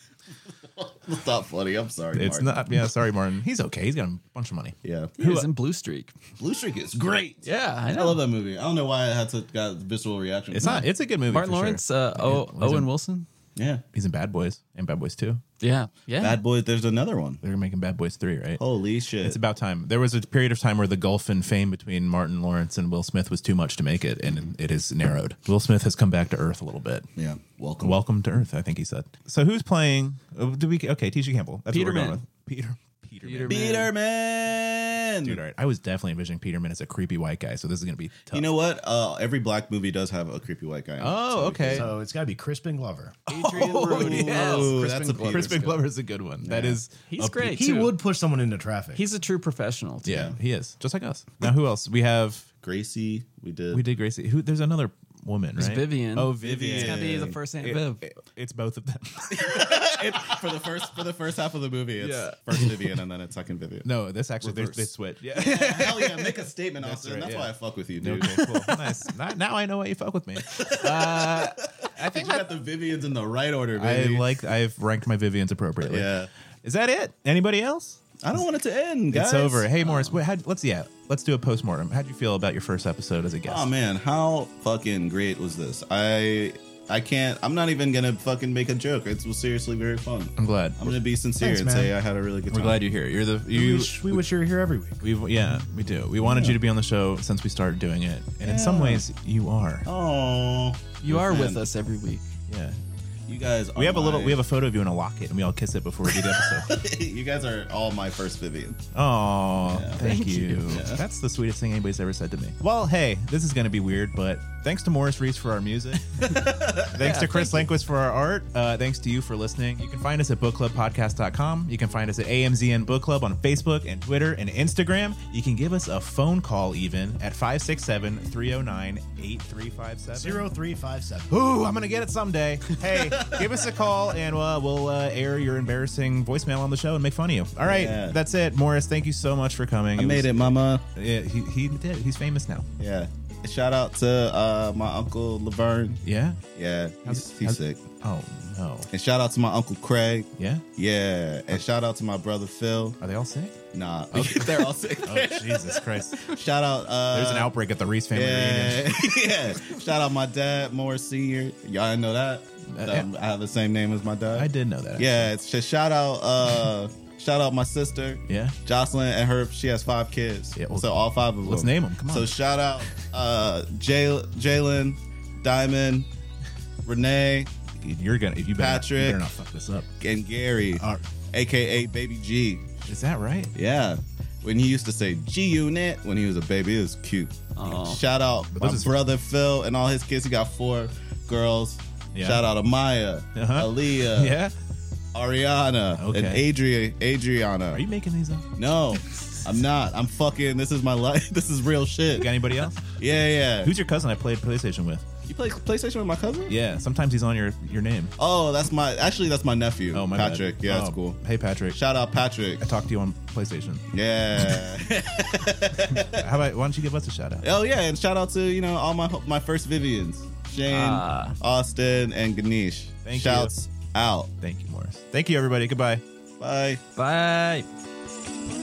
Speaker 3: that's not funny. I'm sorry.
Speaker 1: It's
Speaker 3: Martin.
Speaker 1: not. Yeah, sorry, Martin. He's okay. He's got a bunch of money.
Speaker 3: Yeah,
Speaker 2: He was in Blue Streak.
Speaker 3: Blue Streak is great.
Speaker 2: Yeah, I
Speaker 3: I
Speaker 2: know.
Speaker 3: love that movie. I don't know why I had to got a visceral reaction.
Speaker 1: It's
Speaker 3: to
Speaker 1: not.
Speaker 3: it.
Speaker 1: It's a good movie.
Speaker 2: Martin
Speaker 1: for sure.
Speaker 2: Lawrence. Uh, o-
Speaker 1: in-
Speaker 2: Owen Wilson.
Speaker 3: Yeah,
Speaker 1: He's in Bad Boys and Bad Boys Two.
Speaker 2: Yeah. Yeah.
Speaker 3: Bad Boys. There's another one.
Speaker 1: They're making Bad Boys Three, right?
Speaker 2: Oh,
Speaker 3: Holy shit!
Speaker 1: It's about time. There was a period of time where the gulf in fame between Martin Lawrence and Will Smith was too much to make it, and it is narrowed. Will Smith has come back to earth a little bit.
Speaker 3: yeah. Welcome.
Speaker 1: Welcome to Earth, I think he said. So who's playing? Oh, do we? Okay, Tisha Campbell. That's what we're going
Speaker 2: Peterman.
Speaker 1: with. Peter. Peterman.
Speaker 2: Peterman.
Speaker 3: Peterman.
Speaker 1: Dude, all right. I was definitely envisioning Peterman as a creepy white guy, so this is gonna be tough.
Speaker 3: You know what? Uh, every black movie does have a creepy white guy. in it.
Speaker 1: oh,
Speaker 3: So-
Speaker 1: okay.
Speaker 4: So it's got to be Crispin Glover.
Speaker 2: Adrian Brody.
Speaker 1: yes.
Speaker 3: Oh, that's a Peter.
Speaker 1: Crispin Glover is a good one. That is.
Speaker 2: He's great.
Speaker 4: He
Speaker 2: too.
Speaker 4: would push someone into traffic.
Speaker 2: He's a true professional. Too.
Speaker 1: Yeah, he is just like us. Now, who else? We have
Speaker 3: Gracie. We did.
Speaker 1: We did Gracie. Who? There's another woman, right?
Speaker 2: Vivian.
Speaker 1: Oh,
Speaker 2: It's
Speaker 1: Vivian.
Speaker 2: gonna be the first Aunt Viv.
Speaker 1: It- it's both of them.
Speaker 3: it, for the first for the first half of the movie, it's
Speaker 1: Yeah.
Speaker 3: first Vivian and then it's second Vivian.
Speaker 1: no, this actually they,
Speaker 3: Reverse.
Speaker 1: they switch. Yeah.
Speaker 3: Hell yeah, make a statement, Austin.
Speaker 1: right,
Speaker 3: That's
Speaker 1: yeah.
Speaker 3: why I fuck with you, dude.
Speaker 1: okay, cool. Nice. Now, now I know why you fuck with me. Uh, I
Speaker 3: You
Speaker 1: think that,
Speaker 3: got the Vivians in the right order,
Speaker 1: I
Speaker 3: baby.
Speaker 1: like. I've ranked my Vivians appropriately.
Speaker 3: Yeah.
Speaker 1: Is that it? Anybody else?
Speaker 3: I don't want it to end, guys.
Speaker 1: It's over. Hey, Morris. Wait, how'd- let's yeah. Let's do a postmortem. How'd you feel about your first episode as a guest?
Speaker 3: Oh man, how fucking great was this? I I can't. I'm not even gonna fucking make a joke. It was seriously very fun.
Speaker 1: I'm glad.
Speaker 3: I'm gonna be sincere
Speaker 4: Thanks,
Speaker 3: and
Speaker 4: man.
Speaker 3: say I had a really good
Speaker 1: We're
Speaker 3: time.
Speaker 1: glad you're here. You're the
Speaker 4: we
Speaker 1: you.
Speaker 4: wish, we wish you were here every week.
Speaker 1: We've, yeah, we do. We wanted you to be on the show since we started doing it, and in some
Speaker 3: Yeah.
Speaker 1: ways, you are.
Speaker 3: Oh,
Speaker 2: You are with
Speaker 3: man.
Speaker 2: us every week.
Speaker 1: Yeah,
Speaker 3: You guys. Are
Speaker 1: we have a little. We have a photo of you in a locket, and we all kiss it before we do the episode.
Speaker 3: you guys are all my first Vivian.
Speaker 1: Oh, thank,
Speaker 2: Thank
Speaker 1: you.
Speaker 2: you.
Speaker 1: That's the sweetest thing anybody's ever said to me. Well, hey, this is going to be weird, but thanks to Morris Reese for our music. thanks to Chris Lanquist for our art. Uh, thanks to you for listening. You can find us at bookclubpodcast.com. You can find us at AMZN Book Club on Facebook and Twitter and Instagram. You can give us a phone call even at 567 309 8357.
Speaker 4: 0357.
Speaker 1: Ooh, I'm gonna get it someday. Hey, give us a call and uh, we'll uh, air your embarrassing voicemail on the show and make fun of you. All right,
Speaker 3: Yeah.
Speaker 1: that's it, Morris. Thank you so much for coming.
Speaker 3: I made it, mama.
Speaker 1: was- Yeah, he, he did. He's famous now.
Speaker 3: Yeah. Shout out to uh, my uncle Laverne.
Speaker 1: Yeah.
Speaker 3: Yeah, he's, he's
Speaker 2: how's-
Speaker 3: sick.
Speaker 1: Oh no.
Speaker 3: And shout out to my uncle Craig.
Speaker 1: Yeah.
Speaker 3: Yeah, and shout out to my brother Phil.
Speaker 1: Are they all sick?
Speaker 3: Nah, they're all sick.
Speaker 1: Oh Jesus Christ!
Speaker 3: Shout out. Uh,
Speaker 1: There's an outbreak at the Reese family reunion.
Speaker 3: Yeah, yeah. Shout out my dad, Morris Senior. Y'all didn't know that.
Speaker 1: Uh,
Speaker 3: Um, I have the same name as my dad.
Speaker 1: I did know that.
Speaker 3: Yeah, it's just shout out. Uh, shout out my sister.
Speaker 1: Yeah.
Speaker 3: Jocelyn and her. She has five kids.
Speaker 1: Yeah, well,
Speaker 3: so all five of
Speaker 1: let's
Speaker 3: them.
Speaker 1: name 'em, come on.
Speaker 3: So shout out uh, Jay- Jalen, Diamond, Renee,
Speaker 1: You're gonna. You better,
Speaker 3: Patrick.
Speaker 1: You better not fuck this up.
Speaker 3: and Gary,
Speaker 4: All right.
Speaker 3: aka Baby G.
Speaker 1: Is that right?
Speaker 3: Yeah. When he used to say G Unit when he was a baby, it was cute.
Speaker 2: Aw.
Speaker 3: Shout out
Speaker 1: But
Speaker 3: my
Speaker 1: this is-
Speaker 3: brother Phil and all his kids. He got four girls.
Speaker 1: Yeah.
Speaker 3: Shout out Amaya,
Speaker 1: Uh-huh.
Speaker 3: Aaliyah,
Speaker 1: Yeah.
Speaker 3: Ariana, and
Speaker 1: Okay.
Speaker 3: Adri- Adriana.
Speaker 1: Are you making these up?
Speaker 3: no, I'm not. I'm fucking. This is my life. This is real shit.
Speaker 1: You got anybody else?
Speaker 3: Yeah, yeah.
Speaker 1: Who's your cousin I played PlayStation with?
Speaker 3: you play PlayStation with my cousin?
Speaker 1: Yeah. Sometimes he's on your your name.
Speaker 3: Oh, that's my. Actually, that's my nephew.
Speaker 1: Oh my bad.
Speaker 3: Patrick. Yeah, that's
Speaker 1: Oh,
Speaker 3: cool.
Speaker 1: Hey Patrick.
Speaker 3: Shout out Patrick.
Speaker 1: I talked to you on PlayStation.
Speaker 3: Yeah.
Speaker 1: How about why don't you give us a shout out?
Speaker 3: Oh yeah, and shout out to you know all my my first Vivians, Shane,
Speaker 2: Ah.
Speaker 3: Austin, and Ganesh.
Speaker 1: Thank
Speaker 3: Shouts out.
Speaker 1: Thank you, Morris. Thank you, everybody. Goodbye.
Speaker 3: Bye.
Speaker 2: Bye.
Speaker 5: you.